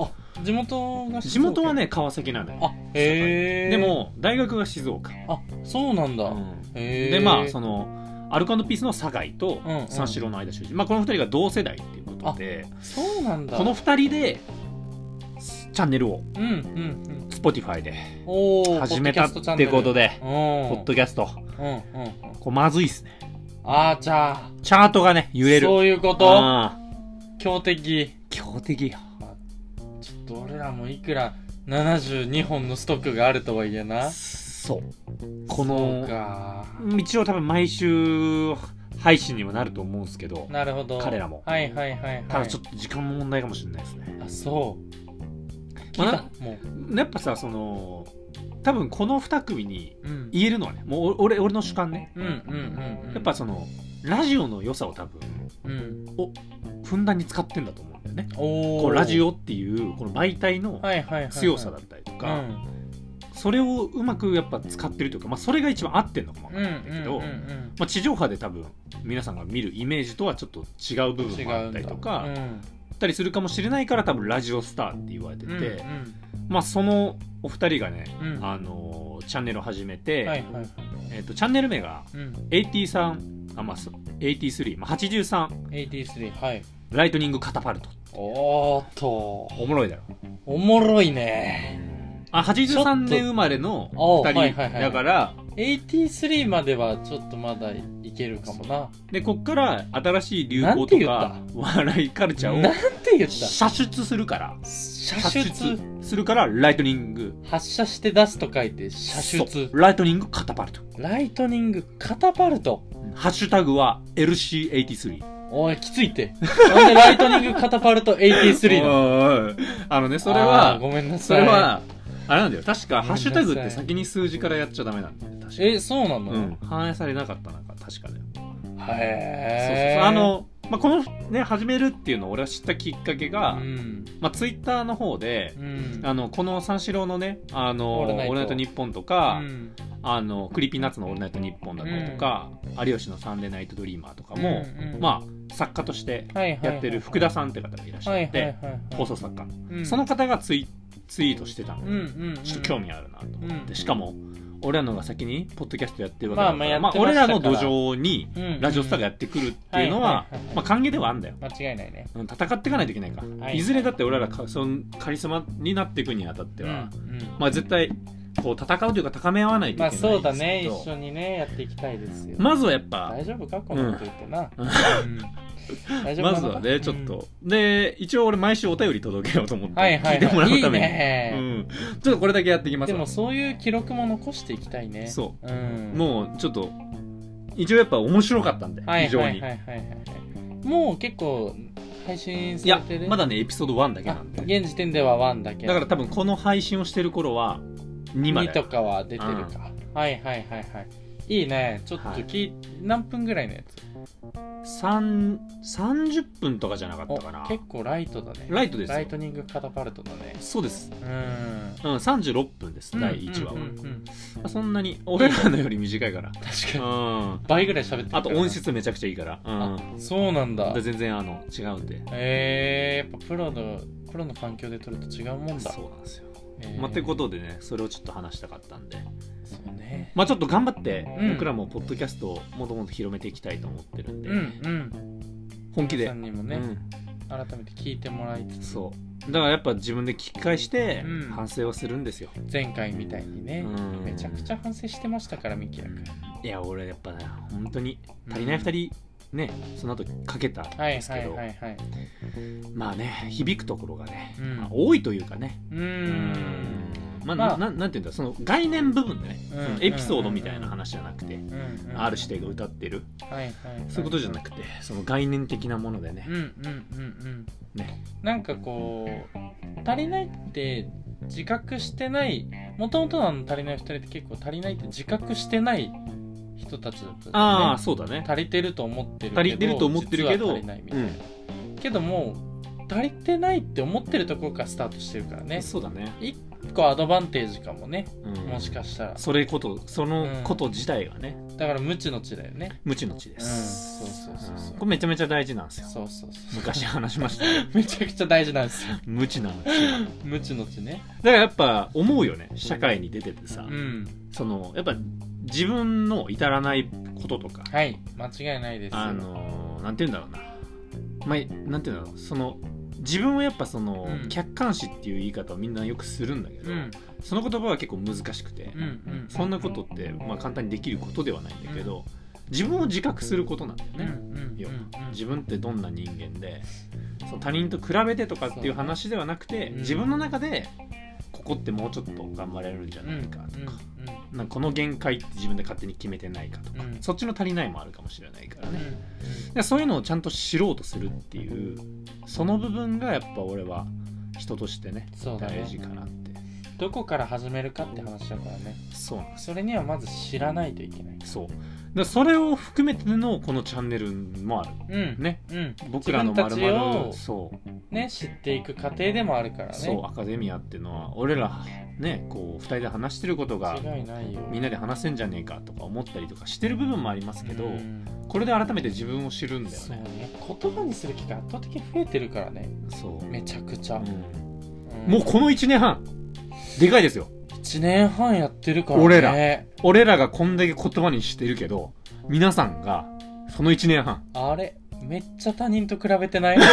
Speaker 1: 地元が
Speaker 2: 地元はね、川崎なんだよ。
Speaker 1: あへえ
Speaker 2: でも、大学が静岡。
Speaker 1: あそうなんだ、
Speaker 2: うん
Speaker 1: へえ
Speaker 2: で、まあ、その、アルコピースの堺と
Speaker 1: うんうん
Speaker 2: 三四郎の間修士。まあ、この二人が同世代っていうことで、
Speaker 1: そうなんだ
Speaker 2: この二人で、チャンネルを
Speaker 1: うんうん
Speaker 2: Spotify で
Speaker 1: うんおお
Speaker 2: 始めたってことで
Speaker 1: うん
Speaker 2: ポッドキャスト
Speaker 1: うんうんうん
Speaker 2: こうまずいっすね
Speaker 1: あーじゃあ
Speaker 2: チャートがね揺れる
Speaker 1: そういうこと
Speaker 2: あ
Speaker 1: 強敵
Speaker 2: ー強敵よ
Speaker 1: ちょっと俺らもいくら72本のストックがあるとはいえな
Speaker 2: そう
Speaker 1: そ
Speaker 2: こ
Speaker 1: う
Speaker 2: の
Speaker 1: か
Speaker 2: 一応多分毎週配信にはなると思うんですけど
Speaker 1: なるほど
Speaker 2: 彼らも
Speaker 1: はいはいはいはい
Speaker 2: ただちょっと時間の問題かもしれないですね、
Speaker 1: あそう
Speaker 2: まあ
Speaker 1: 聞いたも
Speaker 2: やっぱさその多分この2組に
Speaker 1: ううん
Speaker 2: 言えるのはねもう俺俺の主観ね
Speaker 1: うんうんうんうん
Speaker 2: やっぱそのラジオの良さを多分
Speaker 1: うん
Speaker 2: ふんだんに使ってんだと思うんだよね
Speaker 1: おー
Speaker 2: こうラジオっていうこの媒体の
Speaker 1: はいはいはいはい
Speaker 2: 強さだったりとか、
Speaker 1: うん
Speaker 2: それをうまくやっぱ使ってるというか、まあ、それが一番合ってるのかもわか
Speaker 1: うんん
Speaker 2: ないんだけど、
Speaker 1: うんうん
Speaker 2: まあ、地上波で多分皆さんが見るイメージとはちょっと違う部
Speaker 1: うん違
Speaker 2: 分
Speaker 1: うんだ
Speaker 2: もあったりとか、
Speaker 1: うん
Speaker 2: あったりするかもしれないから多分ラジオスターって言われてて、
Speaker 1: うんうん
Speaker 2: まあ、そのお二人がね、
Speaker 1: うん
Speaker 2: あのーチャンネルを始めて、
Speaker 1: はいはいはい
Speaker 2: えっとチャンネル名が
Speaker 1: うん
Speaker 2: 83あ、まあ、そう83、まあ、83
Speaker 1: 83はい
Speaker 2: ライトニングカタパルト
Speaker 1: おーっと
Speaker 2: おもろいだろ
Speaker 1: おもろいね
Speaker 2: あ83年生まれの
Speaker 1: おう
Speaker 2: 2
Speaker 1: はいはいは
Speaker 2: 人
Speaker 1: い
Speaker 2: だから
Speaker 1: 83まではちょっとまだいけるかもな
Speaker 2: でこっから新しい流
Speaker 1: な
Speaker 2: 行
Speaker 1: んて
Speaker 2: と
Speaker 1: 言
Speaker 2: か
Speaker 1: っ
Speaker 2: 笑いカルチャ
Speaker 1: なん
Speaker 2: ーを
Speaker 1: て言った
Speaker 2: 射出するから
Speaker 1: 射出
Speaker 2: するからライトニング
Speaker 1: 発射して出すと書いて射
Speaker 2: そう
Speaker 1: 出
Speaker 2: ライトニングカタパルト
Speaker 1: ライトニングカタパルト
Speaker 2: ハッシュタグは LC83
Speaker 1: おいきついって なんでライトニングカタパルト83なの
Speaker 2: おいおいおいあのね それ
Speaker 1: あー
Speaker 2: は
Speaker 1: ごめんな
Speaker 2: そ
Speaker 1: さい
Speaker 2: れはあれなんだよ確か
Speaker 1: ごめんなさい
Speaker 2: ハッシュタグって先に数字からやっちゃダメなんだよね確か
Speaker 1: えそうなの、
Speaker 2: うん、反映されなかったなんか確かだよ
Speaker 1: へえ
Speaker 2: そうそうそうあの、まあ、このね始めるっていうのを俺は知ったきっかけが、
Speaker 1: うん
Speaker 2: まあ、ツイッターの方で
Speaker 1: う、ん
Speaker 2: あのこの三四郎のね「あの
Speaker 1: オ
Speaker 2: オ
Speaker 1: ー
Speaker 2: ー
Speaker 1: ル
Speaker 2: ル
Speaker 1: ナイト
Speaker 2: ナイトニッポン」とか、
Speaker 1: うん
Speaker 2: あの「クリーピーナッツのオールナイトニッポン」だったりとか、有吉の「サンデーナイトドリーマー」とかも、
Speaker 1: うんうん
Speaker 2: まあ作家として
Speaker 1: はいはいはい
Speaker 2: やってる福田さんって方がいらっしゃって、
Speaker 1: はいはいはいはい
Speaker 2: 放送作家の、
Speaker 1: うん
Speaker 2: その方がツイツイートしてたの、
Speaker 1: うんうんうん
Speaker 2: ちょっと興味あるなと思って、
Speaker 1: うん
Speaker 2: しかも俺らのが先にポッドキャストやってるわけだから、
Speaker 1: まあまあやって
Speaker 2: ま
Speaker 1: ま
Speaker 2: あ、
Speaker 1: したから
Speaker 2: 俺らの土壌にラジオスターがやってくるっていうのは
Speaker 1: うんうんはいはいはい
Speaker 2: まあ歓迎ではあるんだよ
Speaker 1: 間違いないね
Speaker 2: うん戦っていかないといけないか、
Speaker 1: はい
Speaker 2: い、ずれだって俺らがそのカリスマになっていくにあたっては、
Speaker 1: うんうん
Speaker 2: まあ絶対こう戦うというか高め合わないとい
Speaker 1: まあ
Speaker 2: けないんですけど
Speaker 1: そうだね一緒にねやっていきたいですよ
Speaker 2: まずはやっぱ
Speaker 1: 大丈夫かこのこと言ってな、
Speaker 2: うん
Speaker 1: うん大丈夫かな
Speaker 2: まずはねちょっと、で一応俺毎週お便り届けようと思っ
Speaker 1: うん
Speaker 2: て、
Speaker 1: はいは
Speaker 2: 聞
Speaker 1: い
Speaker 2: いても
Speaker 1: は
Speaker 2: ら
Speaker 1: い、
Speaker 2: う
Speaker 1: いい
Speaker 2: ために
Speaker 1: ね、
Speaker 2: うん、ちょっとこれだけやっていきます
Speaker 1: で
Speaker 2: わ
Speaker 1: もそういう記録も残していきたいね、
Speaker 2: そう
Speaker 1: ん、う
Speaker 2: もうちょっと一応やっぱ面白かったんで、
Speaker 1: はい
Speaker 2: 非常に、
Speaker 1: はいはいはいはいもう結構配信
Speaker 2: い
Speaker 1: さ
Speaker 2: や
Speaker 1: れてる
Speaker 2: まだねエピソード1だけな
Speaker 1: あ
Speaker 2: んで
Speaker 1: 現時点では1だけ
Speaker 2: だから多分この配信をしてる頃は2ま
Speaker 1: 2
Speaker 2: で
Speaker 1: とかは出てるか、はいはいはいはいいいねちょっと聞い、何分ぐらいのやつ
Speaker 2: 3 30分とかじゃなかっ
Speaker 1: お
Speaker 2: たかな
Speaker 1: 結構ライトだね
Speaker 2: ライトですよ
Speaker 1: ライトニングカタパルトだね
Speaker 2: そうです、
Speaker 1: うん
Speaker 2: うん、36分です第1話は、
Speaker 1: うんうんうんうん
Speaker 2: そんなに俺らのより短いから
Speaker 1: 確か
Speaker 2: う
Speaker 1: に
Speaker 2: ん
Speaker 1: 倍ぐらい喋ってるから
Speaker 2: あと音質めちゃくちゃいいから、
Speaker 1: あ
Speaker 2: う
Speaker 1: そうなんだ
Speaker 2: ん、で全然あの違うんで
Speaker 1: えー、やっぱプロのプロの環境で撮ると違うもんだ
Speaker 2: そうなんですよ、
Speaker 1: えー
Speaker 2: まあ、ってことでねそれをちょっと話したかったんで
Speaker 1: そうね
Speaker 2: まあちょっと頑張って、
Speaker 1: うん
Speaker 2: 僕らもポッドキャストをもっともっと広めていきたいと思ってるんで、
Speaker 1: うんうん
Speaker 2: 本気で
Speaker 1: さんにもね、
Speaker 2: うん
Speaker 1: 改めて聞いてもらいつつ
Speaker 2: そうだからやっぱ自分で聞き返して
Speaker 1: うん
Speaker 2: 反省はするんですよ、
Speaker 1: 前回みたいにね、
Speaker 2: うん
Speaker 1: めちゃくちゃ反省してましたからミキヤ君
Speaker 2: いや俺やっぱね本当に足りない2人ねその後かけたん
Speaker 1: はい
Speaker 2: です
Speaker 1: は
Speaker 2: け
Speaker 1: い
Speaker 2: ど、
Speaker 1: はいはい
Speaker 2: まあね響くところがね、
Speaker 1: うん
Speaker 2: まあ多いというかね
Speaker 1: うーん
Speaker 2: まあ、
Speaker 1: まあ
Speaker 2: ななんていうんだその概念部分でね、
Speaker 1: うん
Speaker 2: そのエピソードみたいな話じゃなくて、
Speaker 1: うんうん
Speaker 2: ある指定が歌ってる、
Speaker 1: はいはいはい、
Speaker 2: そういうことじゃなくてその概念的なものでね
Speaker 1: うん、うんうんうん
Speaker 2: ね
Speaker 1: なんかこう足りないって自覚してないもともとのあの足りない2人って結構足りないって自覚してない人たちだったんだよね
Speaker 2: ああそうだね
Speaker 1: 足りてると思ってるけど
Speaker 2: 足りてると思ってるけ
Speaker 1: 実
Speaker 2: ど
Speaker 1: は足りないみたいな、けどもう足りてないって思ってるところからスタートしてるから
Speaker 2: う
Speaker 1: ね
Speaker 2: ん、そうだね、
Speaker 1: 1個アドバンテージかもね
Speaker 2: うん、
Speaker 1: もしかしたら
Speaker 2: それことそのこと自体がね、
Speaker 1: だから無知の知だよね
Speaker 2: 無知の知です、
Speaker 1: うんそうそうそうそう
Speaker 2: これめちゃめちゃ大事なんですよ
Speaker 1: そうそうそう
Speaker 2: 昔話しました け ど
Speaker 1: めちゃくちゃ大事なんですよ
Speaker 2: 無知なの知なのだか
Speaker 1: 無知の知ね
Speaker 2: らやっぱ思うよね社会に出ててさ、
Speaker 1: うん
Speaker 2: そのやっぱ自分の至らないこととか、
Speaker 1: はい間違いないですよ
Speaker 2: あのーなんて言うんだろうなまあなんて言うんだろうその自分はやっぱその、
Speaker 1: うん
Speaker 2: 客観視っていう言い方をみんなよくするんだけど、
Speaker 1: うん
Speaker 2: その言葉は結構難しくて、
Speaker 1: うんうん
Speaker 2: そんなことって、まあ、簡単にできることではないんだけど、自分を自覚することなんだよ
Speaker 1: う
Speaker 2: ね、
Speaker 1: んうん
Speaker 2: 要は
Speaker 1: うん
Speaker 2: 自分ってどんな人間でその他人と比べてとかっていう話ではなくて、
Speaker 1: うん
Speaker 2: 自分の中でここってもうちょっと頑張れるんじゃないかとか,、なんかこの限界って自分で勝手に決めてないかとか、
Speaker 1: うん
Speaker 2: そっちの足りないもあるかもしれないから
Speaker 1: うんうん
Speaker 2: ね、でそういうのをちゃんと知ろうとするっていうその部分がやっぱ俺は人としてね
Speaker 1: そうだね
Speaker 2: 大事かなって
Speaker 1: どこから始めるかって話だからね
Speaker 2: そうなんです
Speaker 1: それにはまず知らないといけない
Speaker 2: そうだからそれを含めてのこのチャンネルもある
Speaker 1: うん
Speaker 2: ね
Speaker 1: うん
Speaker 2: 僕らのまる
Speaker 1: 自分たちを
Speaker 2: そう
Speaker 1: ね知っていく過程でもあるからね
Speaker 2: そうアカデミアっていうのは俺らねこう2人で話してることが
Speaker 1: 間違いないよ
Speaker 2: みんなで話せんじゃねえかとか思ったりとかしてる部分もありますけど、
Speaker 1: うん
Speaker 2: これで改めて自分を知るんだよ
Speaker 1: そう
Speaker 2: ね
Speaker 1: ね言葉にする機会圧倒的に増えてるからね
Speaker 2: そう
Speaker 1: めちゃくちゃ、
Speaker 2: うん
Speaker 1: ん
Speaker 2: もうこの1年半でかいですよ
Speaker 1: 1年半やってるからね
Speaker 2: 俺ら俺らがこんだけ言葉にしてるけど皆さんがその1年半
Speaker 1: あれめっちゃ他人と比べてない こ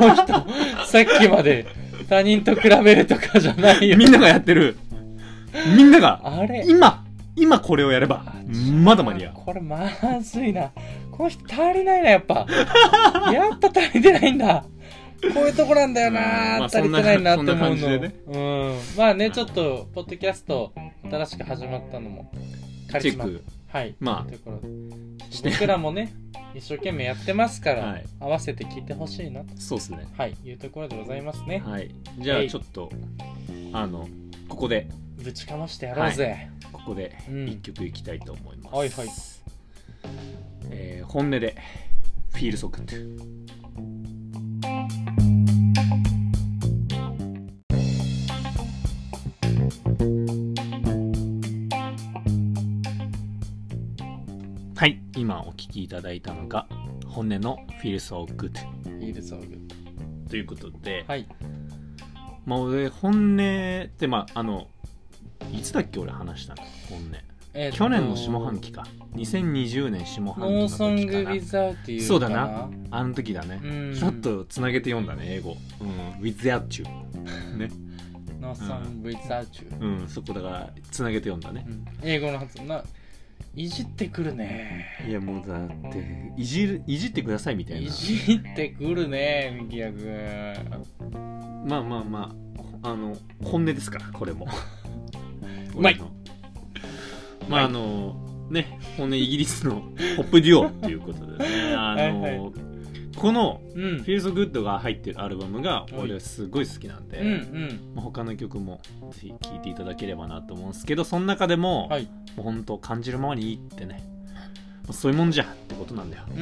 Speaker 1: の人さっきまで他人と比べるとかじゃないよ
Speaker 2: みんながやってるみんなが
Speaker 1: あれ
Speaker 2: 今今これをやればまだ間に合う
Speaker 1: これまずいなこの人足りないなやっ ぱやっぱ足りてないんだこういうとこなんだよな、
Speaker 2: うんまあ
Speaker 1: 足りてないなっ
Speaker 2: そん
Speaker 1: て
Speaker 2: な
Speaker 1: 思うの、
Speaker 2: そんな感
Speaker 1: うんまあねちょっとポッドキャスト新しく始まったのもカ
Speaker 2: チ
Speaker 1: リ
Speaker 2: ェ
Speaker 1: ス
Speaker 2: ッ
Speaker 1: マ
Speaker 2: ク
Speaker 1: はい
Speaker 2: ま
Speaker 1: ということで
Speaker 2: あして
Speaker 1: 僕らもね一生懸命やってますから、
Speaker 2: はい
Speaker 1: 合わせて聞いてほしいなと
Speaker 2: そうですね
Speaker 1: はいいうところでございますね、
Speaker 2: はいじゃ
Speaker 1: は
Speaker 2: あ
Speaker 1: い
Speaker 2: ちょっとあのここで
Speaker 1: ぶちかましてやろうぜ、
Speaker 2: ここで
Speaker 1: うん
Speaker 2: 一曲いきたいと思います、
Speaker 1: はいはい
Speaker 2: えー本音でフィールソクトゥはい今お聞きいただいたのが本音のフィールソクトゥ
Speaker 1: い、いですよ
Speaker 2: ということで、
Speaker 1: はい
Speaker 2: まあ俺本音ってまああのいつだっけ俺話したの本音
Speaker 1: えーっと
Speaker 2: 去年の下半期か2020年下半期
Speaker 1: ノ
Speaker 2: の
Speaker 1: ーソン
Speaker 2: 時
Speaker 1: グ・ウィ
Speaker 2: か
Speaker 1: ザウティ
Speaker 2: そうだななあの時だね、ちょっとつなげて読んだね英語「うん、without you」ね
Speaker 1: ノーソング・ウィザウティ
Speaker 2: うんそこだからつなげて読んだね
Speaker 1: 英語の発音ないじってくるね
Speaker 2: いやもうだっていじるいじってくださいみたい
Speaker 1: い
Speaker 2: な
Speaker 1: じってくるねみきやくん
Speaker 2: まあまあまああの本音ですからこれも
Speaker 1: うまい
Speaker 2: 俺のまああのね本音イギリスのポップデュオっていうことで ねあの
Speaker 1: はいは
Speaker 2: この
Speaker 1: う
Speaker 2: 「
Speaker 1: ん
Speaker 2: Feel So Good」が入ってるアルバムが
Speaker 1: い
Speaker 2: 俺はすごい好きなんで、
Speaker 1: うんうん
Speaker 2: まあ他の曲もぜひ聴いていただければなと思うんですけどその中でも,、
Speaker 1: はい
Speaker 2: もう本当感じるままにいいってねもうそういうもんじゃってことなんだよ
Speaker 1: うん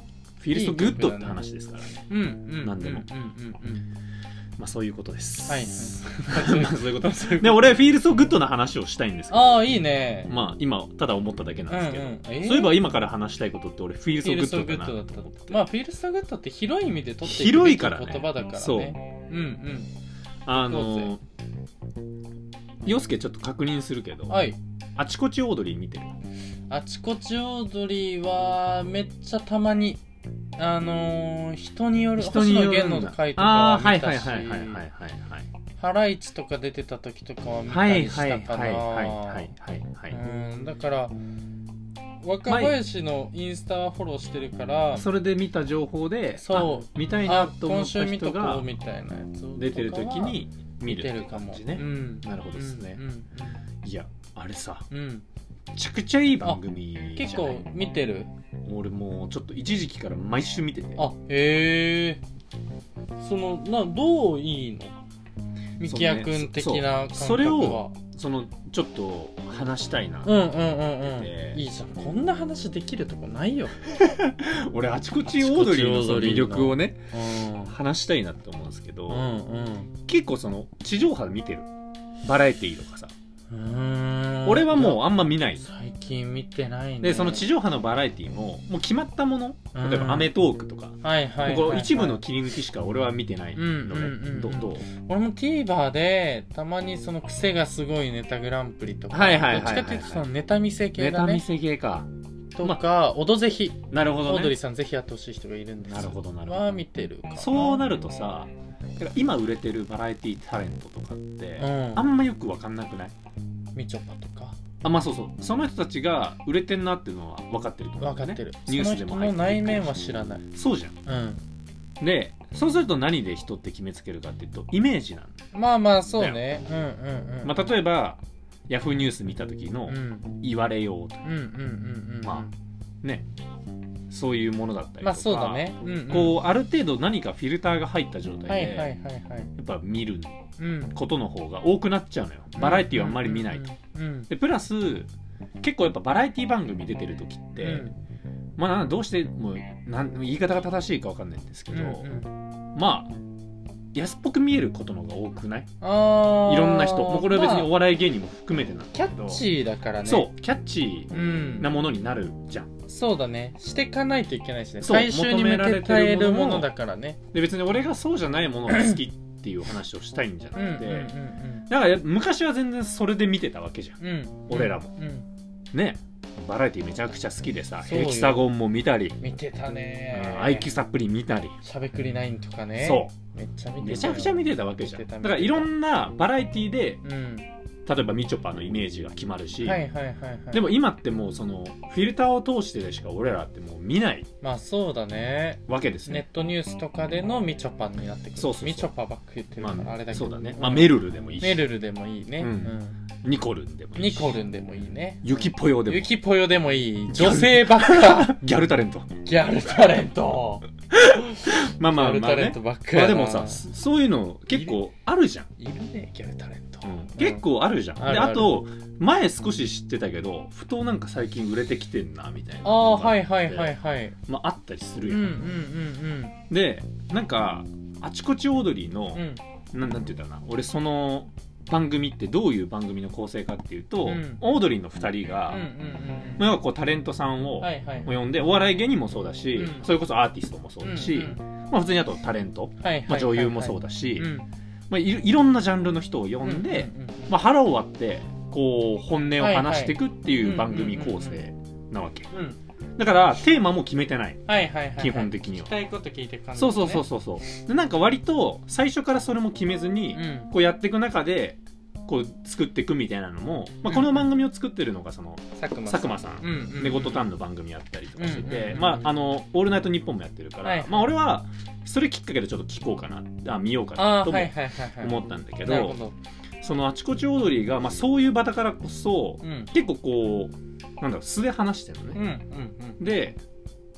Speaker 2: 「Feel So Good」って話ですからね
Speaker 1: うんうん
Speaker 2: なんでも
Speaker 1: うんうんうん
Speaker 2: まあそういうことです
Speaker 1: はい
Speaker 2: ま あそういうこと
Speaker 1: うんそういうこと
Speaker 2: で俺フィールソグッドの話をしたいんですけど
Speaker 1: ああいいね
Speaker 2: まあ今ただ思っただけなんですけど、
Speaker 1: うんうんえー
Speaker 2: そういえば今から話したいことって俺フィール
Speaker 1: フィール・
Speaker 2: ソ
Speaker 1: ソ
Speaker 2: グ
Speaker 1: グ
Speaker 2: ッド
Speaker 1: ッドだ
Speaker 2: だ
Speaker 1: っ
Speaker 2: なと思って
Speaker 1: たまあフィール・ソグッドって広い意味で取っていく
Speaker 2: 広
Speaker 1: べ
Speaker 2: い
Speaker 1: き
Speaker 2: からね
Speaker 1: 言葉だからね
Speaker 2: そう
Speaker 1: うん
Speaker 2: あ
Speaker 1: どう
Speaker 2: の洋介ちょっと確認するけど、
Speaker 1: うんはい
Speaker 2: あちこちオードリー見てる
Speaker 1: あちこちオードリーはめっちゃたまにあのー人による
Speaker 2: 人によ
Speaker 1: 星
Speaker 2: る
Speaker 1: 野
Speaker 2: ん
Speaker 1: 源
Speaker 2: だ
Speaker 1: の回とか
Speaker 2: ああ
Speaker 1: は
Speaker 2: ーは
Speaker 1: 見
Speaker 2: いは
Speaker 1: た
Speaker 2: い
Speaker 1: し
Speaker 2: はいはいはいはいはい
Speaker 1: ハライチとか出てた時とかは見
Speaker 2: は
Speaker 1: た
Speaker 2: い
Speaker 1: りし
Speaker 2: はい
Speaker 1: た
Speaker 2: は
Speaker 1: か
Speaker 2: いは
Speaker 1: ない
Speaker 2: はいは
Speaker 1: う
Speaker 2: い
Speaker 1: んだから若林のインスタはフォローしてるから
Speaker 2: それで見た情報で
Speaker 1: そう
Speaker 2: あ見たいな
Speaker 1: あ
Speaker 2: と思
Speaker 1: 今
Speaker 2: っ
Speaker 1: 週
Speaker 2: た
Speaker 1: 見
Speaker 2: 人
Speaker 1: とこ
Speaker 2: が
Speaker 1: うみたいなやつを
Speaker 2: 出てる時に見
Speaker 1: 見
Speaker 2: る
Speaker 1: てる
Speaker 2: って
Speaker 1: か
Speaker 2: 感
Speaker 1: も
Speaker 2: じね、
Speaker 1: うん
Speaker 2: なるほどですね
Speaker 1: うん
Speaker 2: いやあれさ
Speaker 1: うんうん
Speaker 2: めちゃくちゃいい番組じゃない
Speaker 1: 結構見てる
Speaker 2: 俺もうちょっと一時期から毎週見てて
Speaker 1: あへえそのなどういいのみきやくん的な感覚は
Speaker 2: そうそれをそのちょっと話したいな、
Speaker 1: うんうんうんうん
Speaker 2: で
Speaker 1: いいじゃんこんな話できるとこないよ
Speaker 2: 俺あちこちオードリーのその
Speaker 1: あちこちオードリーの
Speaker 2: 魅力をね
Speaker 1: う
Speaker 2: 話したいなって思うんですけど、
Speaker 1: んうん
Speaker 2: 結構その地上波で見てるバラエティーとかさ、
Speaker 1: うん
Speaker 2: 俺は
Speaker 1: う
Speaker 2: もうあんま見ない
Speaker 1: 最近見てないね
Speaker 2: でその地
Speaker 1: 上
Speaker 2: 上波のバラエティーももう決まったもの例え
Speaker 1: う
Speaker 2: ば
Speaker 1: ん
Speaker 2: 『アメトーーク』とか、
Speaker 1: はいはいはい
Speaker 2: こ
Speaker 1: は
Speaker 2: う
Speaker 1: い
Speaker 2: 一部の切り抜きしか俺は見てないのね、
Speaker 1: うんうんうんうん
Speaker 2: どどう
Speaker 1: 俺も TVer でたまにその癖がすごいネタグランプリとか
Speaker 2: はいはいはい
Speaker 1: ど
Speaker 2: は
Speaker 1: っち
Speaker 2: い
Speaker 1: かっていうとそのネタ見せ系
Speaker 2: ネ
Speaker 1: だ
Speaker 2: タ見
Speaker 1: ね
Speaker 2: せ系か
Speaker 1: とか「オドぜひ」
Speaker 2: なるほ
Speaker 1: オ
Speaker 2: ど
Speaker 1: ードリー
Speaker 2: ね
Speaker 1: さんぜひやってほしい人がいるんです
Speaker 2: なるほどなるほど
Speaker 1: は見てるかな
Speaker 2: そうなるとさだから今売れてるバラエティタレントとかって、
Speaker 1: うん
Speaker 2: あんまよく分かんなくない
Speaker 1: みちょぱとか
Speaker 2: あまあそうそうその人たちが売れてんなっていうのは分かってると思う
Speaker 1: 分
Speaker 2: ん
Speaker 1: か
Speaker 2: だよね
Speaker 1: ってる、
Speaker 2: ニュー
Speaker 1: その
Speaker 2: スで
Speaker 1: 人
Speaker 2: も入っ
Speaker 1: の
Speaker 2: て
Speaker 1: 内面は知らない
Speaker 2: そうじゃ
Speaker 1: うん
Speaker 2: んでそうすると何で人って決めつけるかっていうとイメージなんだ、
Speaker 1: まあまあそうねうんうんうん
Speaker 2: まあ、例えばヤフーニュース見た時の
Speaker 1: うん
Speaker 2: 言われようとか
Speaker 1: うんうんうんうん
Speaker 2: まねそういうものだったりとか
Speaker 1: まあそうだねうんうん
Speaker 2: こうある程度何かフィルターが入った状
Speaker 1: は
Speaker 2: 態
Speaker 1: い
Speaker 2: で、
Speaker 1: は
Speaker 2: や
Speaker 1: いはいはい
Speaker 2: っぱ見る
Speaker 1: うん
Speaker 2: ことの方が多くなっちゃうのよバラエティはあんまり見ないと、
Speaker 1: うんうん
Speaker 2: でプラス結構やっぱバラエティ番組出てる時って、
Speaker 1: うん
Speaker 2: まあなんどうしてもなん言い方が正しいかわかんないんですけ
Speaker 1: うん
Speaker 2: ど、
Speaker 1: うんうん
Speaker 2: まあ安っぽく見えることの方が多くない
Speaker 1: あー
Speaker 2: いろんな人もうこれは別に
Speaker 1: まあ
Speaker 2: お笑い芸人も含めてなん
Speaker 1: キ
Speaker 2: だ
Speaker 1: ャ
Speaker 2: けど
Speaker 1: ッチーだからね
Speaker 2: そうキャッチ
Speaker 1: う
Speaker 2: ー
Speaker 1: ん
Speaker 2: なものになるじゃん
Speaker 1: そうだねしてかないといけないしね
Speaker 2: そう
Speaker 1: 最終に向けてえるものだからね
Speaker 2: で別に俺がそうじゃないものが好きっていう話をしたいんじゃな
Speaker 1: うんうん
Speaker 2: くて、だから昔は全然それで見てたわけじゃん
Speaker 1: うんうん
Speaker 2: 俺らも
Speaker 1: うん
Speaker 2: ねバラエティめちゃくちゃ好きでさ
Speaker 1: そうよ
Speaker 2: ヘキサゴンも見たり、
Speaker 1: 見てたね
Speaker 2: うん IQ サプリ見たり、
Speaker 1: しゃべくり9とかね
Speaker 2: そう
Speaker 1: めっちゃ見てたよ
Speaker 2: めちゃくちゃ見てたわけじゃん
Speaker 1: 見てた
Speaker 2: だ
Speaker 1: 見てた
Speaker 2: からいろんなバラエティで
Speaker 1: うん
Speaker 2: 例えばみちょぱのイメージが決まるし、
Speaker 1: はいはいはいはい
Speaker 2: でも今ってもうそのフィルターを通してでしか俺らってもう見ない
Speaker 1: まあそうだね
Speaker 2: わけです
Speaker 1: ネ
Speaker 2: ね。
Speaker 1: ットニュースとかでのみちょぱになってくる
Speaker 2: そうそうそう
Speaker 1: みちょぱばっかり言ってる
Speaker 2: ま
Speaker 1: から
Speaker 2: あ、
Speaker 1: あれだけど
Speaker 2: そうだね。まあ、メルルでもいいし、
Speaker 1: メルルでもいいね、
Speaker 2: うん
Speaker 1: うん
Speaker 2: ニコルンでもいい
Speaker 1: ニ
Speaker 2: し、
Speaker 1: コルンでもいいね
Speaker 2: ゆきぽよでも
Speaker 1: ゆ
Speaker 2: いい
Speaker 1: きぽよでもいい女性ばっか
Speaker 2: ギャルタレント。
Speaker 1: ギャルタレント
Speaker 2: まあ
Speaker 1: ギ
Speaker 2: ま
Speaker 1: ャ
Speaker 2: あ
Speaker 1: ル
Speaker 2: まあ、
Speaker 1: タレ
Speaker 2: ね
Speaker 1: ント。ばっか
Speaker 2: まあ
Speaker 1: や
Speaker 2: で
Speaker 1: な
Speaker 2: もさ、そういうの結構あるじゃん。
Speaker 1: いるねギャルタレント、
Speaker 2: うん結構あるじゃん。
Speaker 1: あ
Speaker 2: で
Speaker 1: るある
Speaker 2: あと、前少し知ってたけど、ふとなんか最近売れてきてんな、みたいなの
Speaker 1: あ
Speaker 2: が
Speaker 1: あ
Speaker 2: あって。
Speaker 1: はいはいはいはい
Speaker 2: まあ、あったりす
Speaker 1: う
Speaker 2: る
Speaker 1: ん
Speaker 2: や
Speaker 1: うん
Speaker 2: ん。
Speaker 1: うんうん
Speaker 2: で、なんか、あちこちオードリーの、
Speaker 1: うん
Speaker 2: なんなんて言うんだろうな俺その番組ってどういう番組の構成かっていうと、
Speaker 1: うん
Speaker 2: オードリーの2人が、
Speaker 1: うんうん
Speaker 2: まあ要はこうタレントさん
Speaker 1: う
Speaker 2: を
Speaker 1: んはいはい
Speaker 2: 呼んでお笑い芸人もそうだし、
Speaker 1: うん
Speaker 2: それこそアーティストもそうだし、
Speaker 1: うん
Speaker 2: まあ、普通にあとタレント、
Speaker 1: はいはいはいはい
Speaker 2: まあ、女優もそうだし、
Speaker 1: うん
Speaker 2: まあ、いろいろんなジャンルの人を呼んで、
Speaker 1: うんうんうん
Speaker 2: まあ、腹を割ってこう本音を話していくっていう番組構成なわけ
Speaker 1: うん
Speaker 2: だからテーマも決めてない
Speaker 1: はいはいはいはい
Speaker 2: 基本的に
Speaker 1: 聞
Speaker 2: は
Speaker 1: きたいこと聞いて感じ
Speaker 2: そうそうそうそうそうでなんか割と最初からそれも決めずに、
Speaker 1: ん
Speaker 2: こうやっていく中でこう作っていくみたいなのも、まあ、この番組を作ってるのがその
Speaker 1: 佐久間
Speaker 2: 佐久間さ
Speaker 1: うんんうん
Speaker 2: 「寝言タン」の番組やったりとかして
Speaker 1: うんうん
Speaker 2: て
Speaker 1: うん
Speaker 2: まああの「オールナイトニッポン」もやってるか
Speaker 1: は
Speaker 2: ら
Speaker 1: い、
Speaker 2: まあ、俺はそれきっかけでちょっと聞こうかなあ見ようか
Speaker 1: あ
Speaker 2: な
Speaker 1: あ
Speaker 2: と
Speaker 1: ーはい
Speaker 2: も
Speaker 1: はいはいはい
Speaker 2: 思ったんだけ
Speaker 1: なる
Speaker 2: ど
Speaker 1: ほど
Speaker 2: そのあちこちオードリーが、まあ、そういう場だからこそ
Speaker 1: うん
Speaker 2: 結構こうなんだろう素で話してるの
Speaker 1: うんうん
Speaker 2: ね。で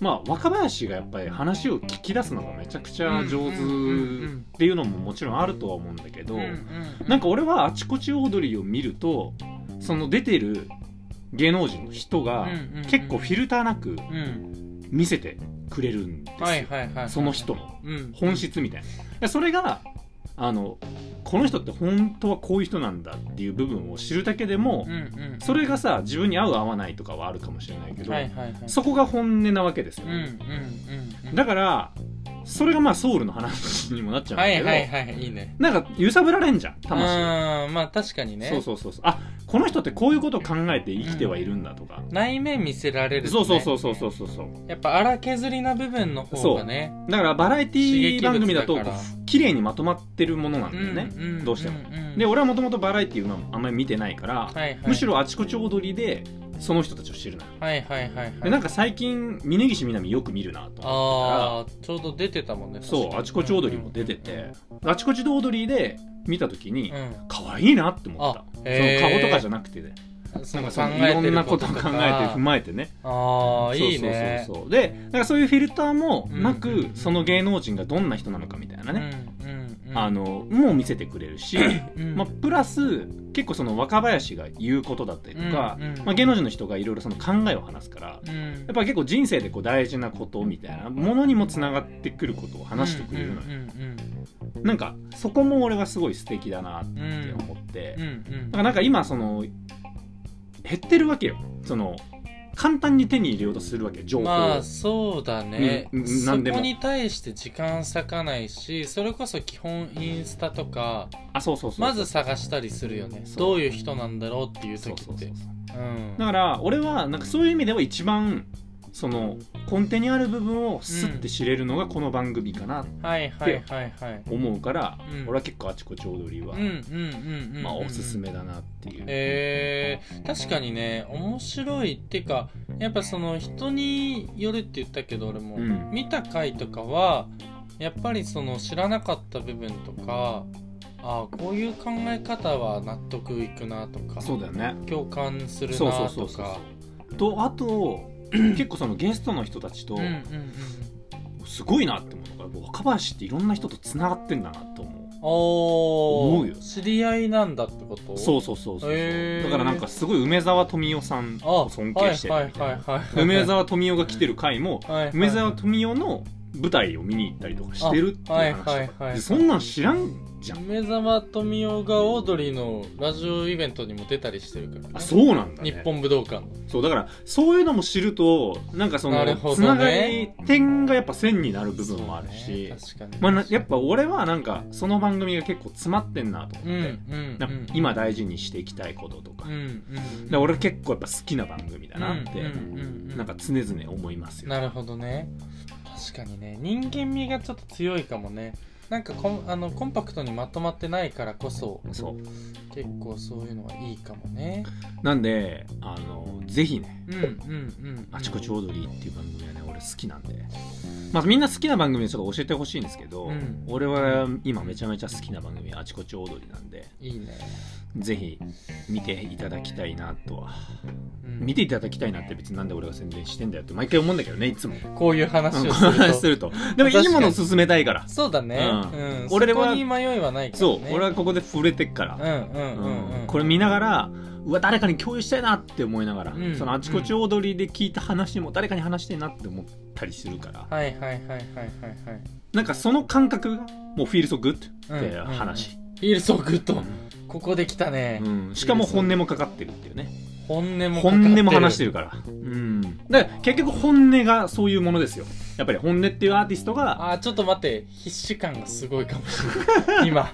Speaker 2: まあ、若林がやっぱり話を聞き出すのがめちゃくちゃ上手っていうのももちろんあるとは思うんだけ
Speaker 1: う
Speaker 2: ど、
Speaker 1: んうん
Speaker 2: なんか俺はあちこちオードリーを見るとその出てる芸能人の人が結構フィルターなく
Speaker 1: うん
Speaker 2: 見せてくれるんですよ、
Speaker 1: はいはいはい
Speaker 2: その人の
Speaker 1: うん
Speaker 2: 本質みたいなでそれがあのこの人って本当はこういう人なんだっていう部分を知るだけでも
Speaker 1: うんうん
Speaker 2: それがさ自分に合う合わないとかはあるかもしれないけど、
Speaker 1: はいはいはい
Speaker 2: そこが本音なわけですよ、
Speaker 1: うんうんうんうん
Speaker 2: だからそれがまあソウルの話にもなっちゃうんだ
Speaker 1: は
Speaker 2: け
Speaker 1: い
Speaker 2: ど、
Speaker 1: はいはいいいね
Speaker 2: なんか揺さぶられんじゃん魂が
Speaker 1: あーまあ確かにね
Speaker 2: そうそうそうそうあこの人ってこういうことを考えて生きてはいるんだとか、
Speaker 1: 内面見せられると
Speaker 2: そう
Speaker 1: ね
Speaker 2: そうそうそうそうそうそう
Speaker 1: やっぱ荒削りな部分の方がね
Speaker 2: だからバラエティ番組だと
Speaker 1: 刺激物だから
Speaker 2: こう綺麗にまとまってるものなんだよね、
Speaker 1: ね
Speaker 2: どうしてもで
Speaker 1: も
Speaker 2: 俺はもともとバラエティーはあんまり見てないから、むしろあちこち踊りでその人たちを知るな、
Speaker 1: はいはいはいはい
Speaker 2: でなんか最近峯岸みなみよく見るなと思っ
Speaker 1: ああちょうど出てたもんね
Speaker 2: たらそうあちこち踊りも出てて、あちこち踊りで見た時に、
Speaker 1: うんうんうん
Speaker 2: 可愛いなって思った
Speaker 1: あ
Speaker 2: そ
Speaker 1: へ
Speaker 2: の
Speaker 1: ー
Speaker 2: 顔とかじゃなくてね
Speaker 1: そ
Speaker 2: なん
Speaker 1: の
Speaker 2: か
Speaker 1: 考
Speaker 2: そのい
Speaker 1: え
Speaker 2: ろ
Speaker 1: て
Speaker 2: んな
Speaker 1: るこ
Speaker 2: こ
Speaker 1: とと
Speaker 2: を
Speaker 1: と
Speaker 2: 考えて
Speaker 1: か
Speaker 2: 踏まえてね
Speaker 1: ああいいね
Speaker 2: そうそうそうそうでだからそういうフィルターも
Speaker 1: うん
Speaker 2: なく、その芸能人がどんな人なのかみたいなね、
Speaker 1: うんうんうん
Speaker 2: あのもう見せてくれるし、
Speaker 1: うん
Speaker 2: まあ、プラス結構その若林が言うことだったりとか、
Speaker 1: うんうん
Speaker 2: まあ、芸能人の人がいろいろその考えを話すからや
Speaker 1: うん
Speaker 2: っぱ結構人生でこう大事なことみたいなものにもつながってくることを話してくれるのよ
Speaker 1: うんうん
Speaker 2: なんかそこも俺はすごい素敵だなっ
Speaker 1: うん
Speaker 2: て思って、
Speaker 1: うんう
Speaker 2: だ
Speaker 1: んうん
Speaker 2: からなんか今その減ってるわけよその簡単に手に入れようとするわけよ情報を。
Speaker 1: まあそうだね、
Speaker 2: うんうん
Speaker 1: そ
Speaker 2: 何でも
Speaker 1: こに対して時間割かないしそれこそ基本インスタとか
Speaker 2: あそうそうそう
Speaker 1: まず探したりするよね
Speaker 2: そう
Speaker 1: どういう人なんだろうっていう時
Speaker 2: そう
Speaker 1: って
Speaker 2: そうそうそう
Speaker 1: うん
Speaker 2: だから俺はなんかそういう意味では一番その根底にある部分をスッて知れるのがこの番組かなと
Speaker 1: はいはいはいはい
Speaker 2: 思うから、
Speaker 1: うん
Speaker 2: 俺は結構あちこち踊りは、
Speaker 1: うんうんうんうん
Speaker 2: まあ、おすすめだなっていう、
Speaker 1: えー、確かにね面白いっていうかやっぱその人によるって言ったけど俺も、
Speaker 2: うん
Speaker 1: 見た回とかはやっぱりその知らなかった部分とかああこういう考え方は納得いくなとか
Speaker 2: そうだよね
Speaker 1: 共感するなと
Speaker 2: そう
Speaker 1: か
Speaker 2: そうそうそうとあ と結構そのゲストの人たちと
Speaker 1: うんうんうん
Speaker 2: すごいなって思うのがやっぱ若林っていろんな人とつながってんだなと思う
Speaker 1: お
Speaker 2: 思うよ
Speaker 1: ー知り合いなんだってこと
Speaker 2: そううそうそうそう、
Speaker 1: へー
Speaker 2: だからなんかすごい梅沢富美男 さん
Speaker 1: あ
Speaker 2: を尊敬してるみたいな、
Speaker 1: はいはいはいはい
Speaker 2: 梅沢富美男が来てる回も
Speaker 1: はいはい
Speaker 2: 梅沢富美男の舞台を見に行ったりとかしてるっていう話と
Speaker 1: あ
Speaker 2: か、
Speaker 1: はいはいはい
Speaker 2: でそんなん知らんじゃん
Speaker 1: 梅沢富美男がオードリーのラジオイベントにも出たりしてるから、ね、
Speaker 2: あそうなんだ、ね、
Speaker 1: 日本武道館
Speaker 2: そうだからそういうのも知るとなんかその
Speaker 1: なるほどね
Speaker 2: つながり点がやっぱ線になる部分もあるし、
Speaker 1: そうね確かに
Speaker 2: まあ、なやっぱ俺はなんかその番組が結構詰まってんなと思
Speaker 1: う
Speaker 2: っ
Speaker 1: ん
Speaker 2: て、
Speaker 1: うん
Speaker 2: なんか今大事にしていきたいこととか,、
Speaker 1: うんうん
Speaker 2: で俺結構やっぱ好きな番組だなって、
Speaker 1: うんうんうんうん
Speaker 2: なんか常々思いますよ
Speaker 1: なるほどね確かにね人間味がちょっと強いかもねなんかコンあのコンパクトにまとまってないからこそ
Speaker 2: そう
Speaker 1: 結構そういうのはいいかもね
Speaker 2: なんであのぜひね
Speaker 1: うんうんうん
Speaker 2: 「あちこちオードリー」っていう番組はね俺好きなんで、まあ、みんな好きな番組をちょっと教えてほしいんですけど、
Speaker 1: うん
Speaker 2: 俺は今めちゃめちゃ好きな番組「あちこちオードリー」なんで
Speaker 1: いいね、
Speaker 2: ぜひ見ていただきたいなとは
Speaker 1: うん
Speaker 2: 見ていただきたいなって別になんで俺が宣伝してんだよって毎回思うんだけどねいつも。
Speaker 1: こういう話
Speaker 2: うん
Speaker 1: を
Speaker 2: こ
Speaker 1: す
Speaker 2: の
Speaker 1: ると
Speaker 2: 話 するとでもいいものを進めたいから
Speaker 1: そうだね、
Speaker 2: う
Speaker 1: うん
Speaker 2: 俺
Speaker 1: そ
Speaker 2: は
Speaker 1: こに迷いはないから、
Speaker 2: そ
Speaker 1: ね、
Speaker 2: う俺はここで触れてっから、
Speaker 1: うんうんうんうん、
Speaker 2: これ見ながらうわ誰かに共有したいなって思いながら、
Speaker 1: うん
Speaker 2: そのあちこちオードリーで聞いた話も誰かに話したいなって思ったりするから、
Speaker 1: はいはいはいはいはいはい
Speaker 2: なんかその感覚がもうフィールソグッドって
Speaker 1: うん
Speaker 2: 話、
Speaker 1: ヒールソーグッ
Speaker 2: う
Speaker 1: ドここで来たね、
Speaker 2: んしかも本音もかかってるっていうね
Speaker 1: 本音もかかってる
Speaker 2: 本音も話してるから、うん、だから結局本音がそういうものですよやっぱり本音っていうアーティストが
Speaker 1: あーちょっと待って必死感がすごいかもしれ ない今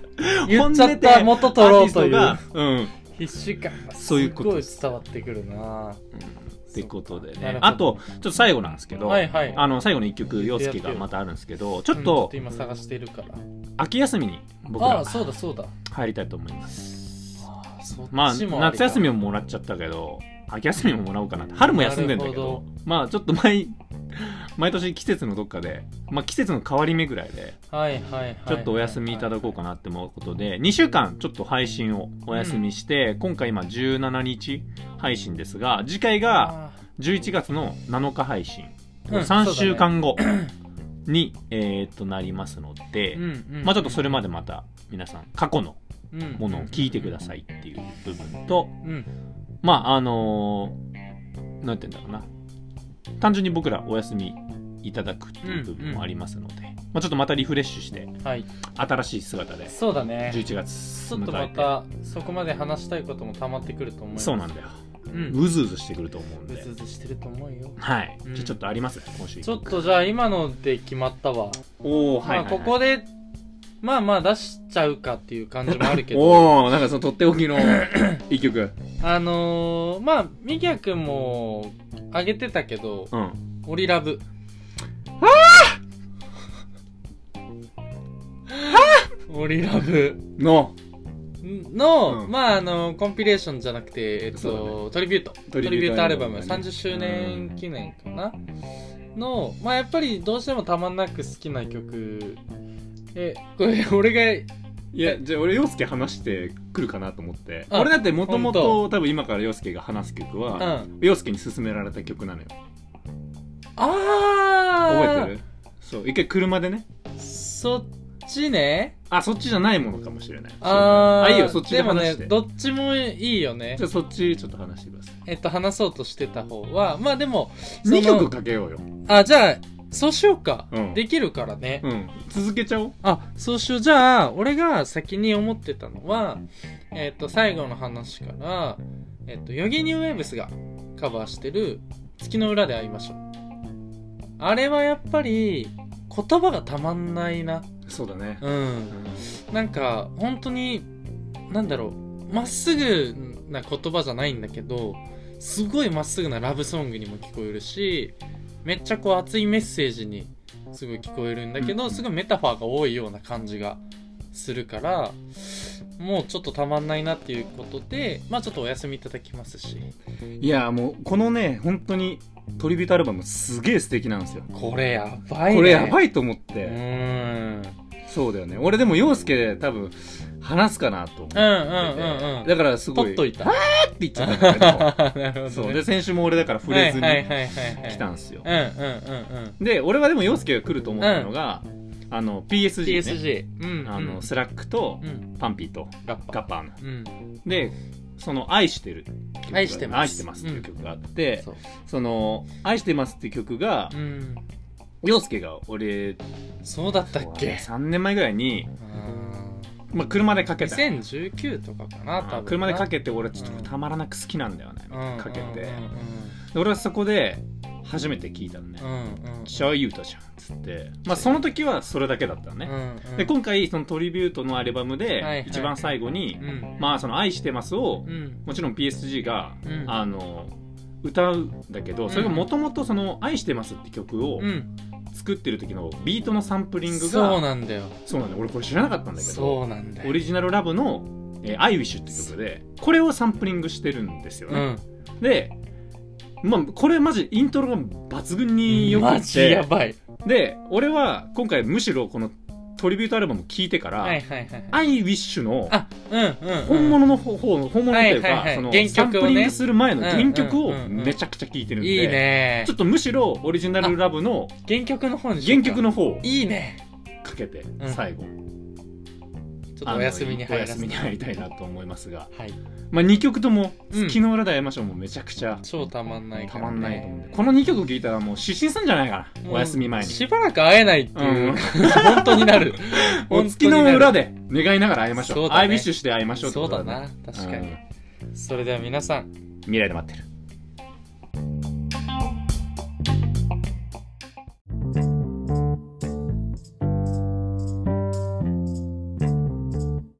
Speaker 2: 本
Speaker 1: 言
Speaker 2: 音
Speaker 1: っ
Speaker 2: で
Speaker 1: ちゃった元取ろうとい
Speaker 2: アー
Speaker 1: う
Speaker 2: ティストがうん
Speaker 1: 必死感がす
Speaker 2: そういう
Speaker 1: っ
Speaker 2: こと
Speaker 1: ご
Speaker 2: で
Speaker 1: い伝わってくるな
Speaker 2: ってことで
Speaker 1: そうなる
Speaker 2: ね
Speaker 1: ほど
Speaker 2: あとちょっと最後なんですけど、
Speaker 1: はいはい
Speaker 2: あの最後の一曲
Speaker 1: 言
Speaker 2: 陽
Speaker 1: ってやって
Speaker 2: 介
Speaker 1: よ
Speaker 2: がまたあるんですけどち
Speaker 1: ち
Speaker 2: ょっと
Speaker 1: 今探しているから
Speaker 2: 秋休みに僕
Speaker 1: ああ
Speaker 2: ら
Speaker 1: ーそうだそうだ
Speaker 2: 入りたいと思います
Speaker 1: あーそっちも
Speaker 2: まあ
Speaker 1: りか
Speaker 2: 夏休みももらっちゃったけど秋休みももらおうかなって春も休んでんだけ
Speaker 1: な
Speaker 2: ど
Speaker 1: るほど
Speaker 2: まあちょっと毎 毎年季節のどっかで、まあ、季節の変わり目ぐらいで
Speaker 1: はいはいはい
Speaker 2: ちょっとお休みいただこうかなって思うことで2週間ちょっと配信をお休みして、今回今17日配信ですが次回が
Speaker 1: あ
Speaker 2: 11月の7日配
Speaker 1: う
Speaker 2: 信、
Speaker 1: ん
Speaker 2: 3週間後 に、えーっとなりますので、
Speaker 1: ーうんうん
Speaker 2: まあちょっとそれまでまた皆さん過去のものを聞いてくだ
Speaker 1: い
Speaker 2: さいっていう部分と
Speaker 1: うん
Speaker 2: まああのーなんて言うんだろうな単純に僕らお休みいただくっていう部分もありますので、まあ、ちょっとまたリフレッシュして
Speaker 1: はい
Speaker 2: 新しい姿で
Speaker 1: そうだね
Speaker 2: 11月
Speaker 1: ちょっと
Speaker 2: 迎
Speaker 1: ま
Speaker 2: えて
Speaker 1: たそこまで話したいことも溜まってくると思います
Speaker 2: そうなんだよ、
Speaker 1: うん
Speaker 2: うずうずしてくると思うん
Speaker 1: う
Speaker 2: で
Speaker 1: ずうずしてると思うよ
Speaker 2: はい、
Speaker 1: うん
Speaker 2: じゃあちょっとあります今週
Speaker 1: ちょっとじゃあ今ので決まったわ、
Speaker 2: おおはいはい、
Speaker 1: ま
Speaker 2: は
Speaker 1: あ
Speaker 2: い、
Speaker 1: ここでまあまあ出しちゃうかっていう感じもあるけど
Speaker 2: おおなんかそのとってお きの一曲
Speaker 1: あのー、まあみきやくんもあげてたけど
Speaker 2: うん
Speaker 1: 「オリラブ」オリラブ
Speaker 2: の
Speaker 1: の、
Speaker 2: うん
Speaker 1: まああのコンピレーションじゃなくて、えっ
Speaker 2: そう
Speaker 1: とトリビュート
Speaker 2: ト
Speaker 1: ト
Speaker 2: リ
Speaker 1: リ
Speaker 2: ビ
Speaker 1: ビ
Speaker 2: ュ
Speaker 1: ュー
Speaker 2: ート
Speaker 1: ト
Speaker 2: ア
Speaker 1: ア
Speaker 2: ル
Speaker 1: ル
Speaker 2: バ
Speaker 1: バ
Speaker 2: ム
Speaker 1: ム30周年記念かなのまあやっぱりどうしてもたまんなく好きな曲えこれ俺が
Speaker 2: いやじゃあ俺陽介話してくるかなと思って
Speaker 1: あ
Speaker 2: 俺だってもとも
Speaker 1: ほ
Speaker 2: と多分今から陽介が話す曲は、
Speaker 1: うん
Speaker 2: 陽介に勧められた曲なのよ
Speaker 1: あー
Speaker 2: 覚えてるそう一回車でね
Speaker 1: そっちね
Speaker 2: あそっちじゃないものかもしれない
Speaker 1: あ
Speaker 2: そう
Speaker 1: ー
Speaker 2: だあいいよそっちで
Speaker 1: でも
Speaker 2: 話
Speaker 1: ね
Speaker 2: して
Speaker 1: どっちもいいよね
Speaker 2: じゃあそっちちょっと話してください
Speaker 1: えっと話そうとしてた方はまあでもその
Speaker 2: 2曲かけようよ、
Speaker 1: あじゃあそうしようか、
Speaker 2: うん
Speaker 1: できるからね、
Speaker 2: うん、続けちゃおう
Speaker 1: あそうしようじゃあ俺が先に思ってたのはえっと最後の話からえっとヨギニューウェーブスがカバーしてる「月の裏で会いましょう」あれはやっぱり言葉がたまんないな
Speaker 2: そうだね、
Speaker 1: うんなんか本当になんだろうまっすぐな言葉じゃないんだけどすごいまっすぐなラブソングにも聞こえるしめっちゃこう熱いメッセージにすごい聞こえるんだけど、
Speaker 2: うん
Speaker 1: すごいメタファーが多いような感じがするからもうちょっとたまんないなっていうことでまあちょっとお休みいただきますし
Speaker 2: いやもうこのね本当にトリビュートアルバムすげえ素敵なんですよ
Speaker 1: これやばいね
Speaker 2: これやば
Speaker 1: い
Speaker 2: いと思っ
Speaker 1: う
Speaker 2: て、
Speaker 1: ん
Speaker 2: そうだよね俺でも陽介多分話すかなと思ってて
Speaker 1: うんうんうんうん
Speaker 2: だからすご
Speaker 1: 取
Speaker 2: い
Speaker 1: っと
Speaker 2: い
Speaker 1: いた
Speaker 2: って言っちゃったんだけ ど
Speaker 1: な るほど、ね、
Speaker 2: そうで先週も俺だから触
Speaker 1: は
Speaker 2: れ
Speaker 1: い
Speaker 2: ずに
Speaker 1: はいはいはいはい
Speaker 2: 来たんですよ、
Speaker 1: うんうんうんうん
Speaker 2: で俺はでも陽介が来ると思ったのが、あの PSG ね
Speaker 1: PSG、うん
Speaker 2: あのスラックと
Speaker 1: うん、
Speaker 2: パンピーと
Speaker 1: ガッ
Speaker 2: ガ
Speaker 1: パ
Speaker 2: ッパーの
Speaker 1: うん
Speaker 2: でその「愛してる」
Speaker 1: 愛してます
Speaker 2: 愛してますっていう曲があって、
Speaker 1: そう
Speaker 2: その「愛してます」っていう曲が
Speaker 1: うん
Speaker 2: 陽介が俺
Speaker 1: そうだったっけ
Speaker 2: 3年前ぐらいに、
Speaker 1: うん
Speaker 2: まあ、車でかけた
Speaker 1: 2019とかかな多分な
Speaker 2: 車でか
Speaker 1: け
Speaker 2: けて俺ちょっとたまらなく好きなんだよね、かけて、
Speaker 1: うん
Speaker 2: で俺はそこで初めて聞いたのね
Speaker 1: うんうんうん
Speaker 2: 「超優太じゃん」っつって、まあ、その時はそれだけだったの
Speaker 1: う
Speaker 2: ね、
Speaker 1: んうん
Speaker 2: で今回そのトリビュートのアルバム
Speaker 1: いは
Speaker 2: で
Speaker 1: い
Speaker 2: 一番最後に
Speaker 1: うん
Speaker 2: 「まあその愛してます」を
Speaker 1: うん
Speaker 2: もちろん PSG が
Speaker 1: うん
Speaker 2: あの歌うんだけどそれがもともと「愛してます」って曲を
Speaker 1: うん
Speaker 2: 作ってる時のビートのサンプリングが
Speaker 1: そうなんだよ
Speaker 2: そうなんだよ俺これ知らなかったんだけど
Speaker 1: そうなんだよ
Speaker 2: オリジナルラブの「えー、I Wish」って曲でこれをサンプリングしてるんですよ
Speaker 1: う
Speaker 2: ね、
Speaker 1: ん
Speaker 2: でまあこれマジイントロが抜群によく
Speaker 1: マ
Speaker 2: っ
Speaker 1: ジや
Speaker 2: て
Speaker 1: ばい
Speaker 2: で俺は今回むしろこのトリビュートアルバム聴いてから「
Speaker 1: はいはいはいはい
Speaker 2: I Wish」の
Speaker 1: あうんうんうん
Speaker 2: 本物の方方の本物というか、
Speaker 1: はいはいはい
Speaker 2: その
Speaker 1: 原曲
Speaker 2: サ
Speaker 1: を
Speaker 2: ン
Speaker 1: ね
Speaker 2: プリングする前の原曲
Speaker 1: う
Speaker 2: を
Speaker 1: んうんうんうん
Speaker 2: めちゃくちゃ聴いてるんで
Speaker 1: いいね
Speaker 2: ちょっとむしろオリジナルラブの
Speaker 1: 原曲の方にしよう
Speaker 2: 原
Speaker 1: か
Speaker 2: 曲の方を
Speaker 1: いいね
Speaker 2: かけて
Speaker 1: ん
Speaker 2: 最後、
Speaker 1: ちょっとお休みに
Speaker 2: あの
Speaker 1: 入
Speaker 2: お
Speaker 1: らせ
Speaker 2: 休
Speaker 1: て
Speaker 2: みに入りたいなと思いますが、
Speaker 1: はい
Speaker 2: まあ、2曲とも「
Speaker 1: うん
Speaker 2: 月の裏で会いましょう」もめちゃくちゃ
Speaker 1: 超たまんないか
Speaker 2: た
Speaker 1: ら、ね、
Speaker 2: まんないと思うんでこの2曲聴いたらもう失神するんじゃないかなお休み前に
Speaker 1: しばらく会えないっていう、
Speaker 2: うん
Speaker 1: 本当になる
Speaker 2: お月の裏
Speaker 1: で
Speaker 2: で願いながら会いましょ
Speaker 1: そううだね
Speaker 2: アイビッシュして会いましょうって
Speaker 1: そ
Speaker 2: こ
Speaker 1: うだ
Speaker 2: とね
Speaker 1: な確かに
Speaker 2: うん
Speaker 1: それでは皆さん
Speaker 2: 未来で待ってる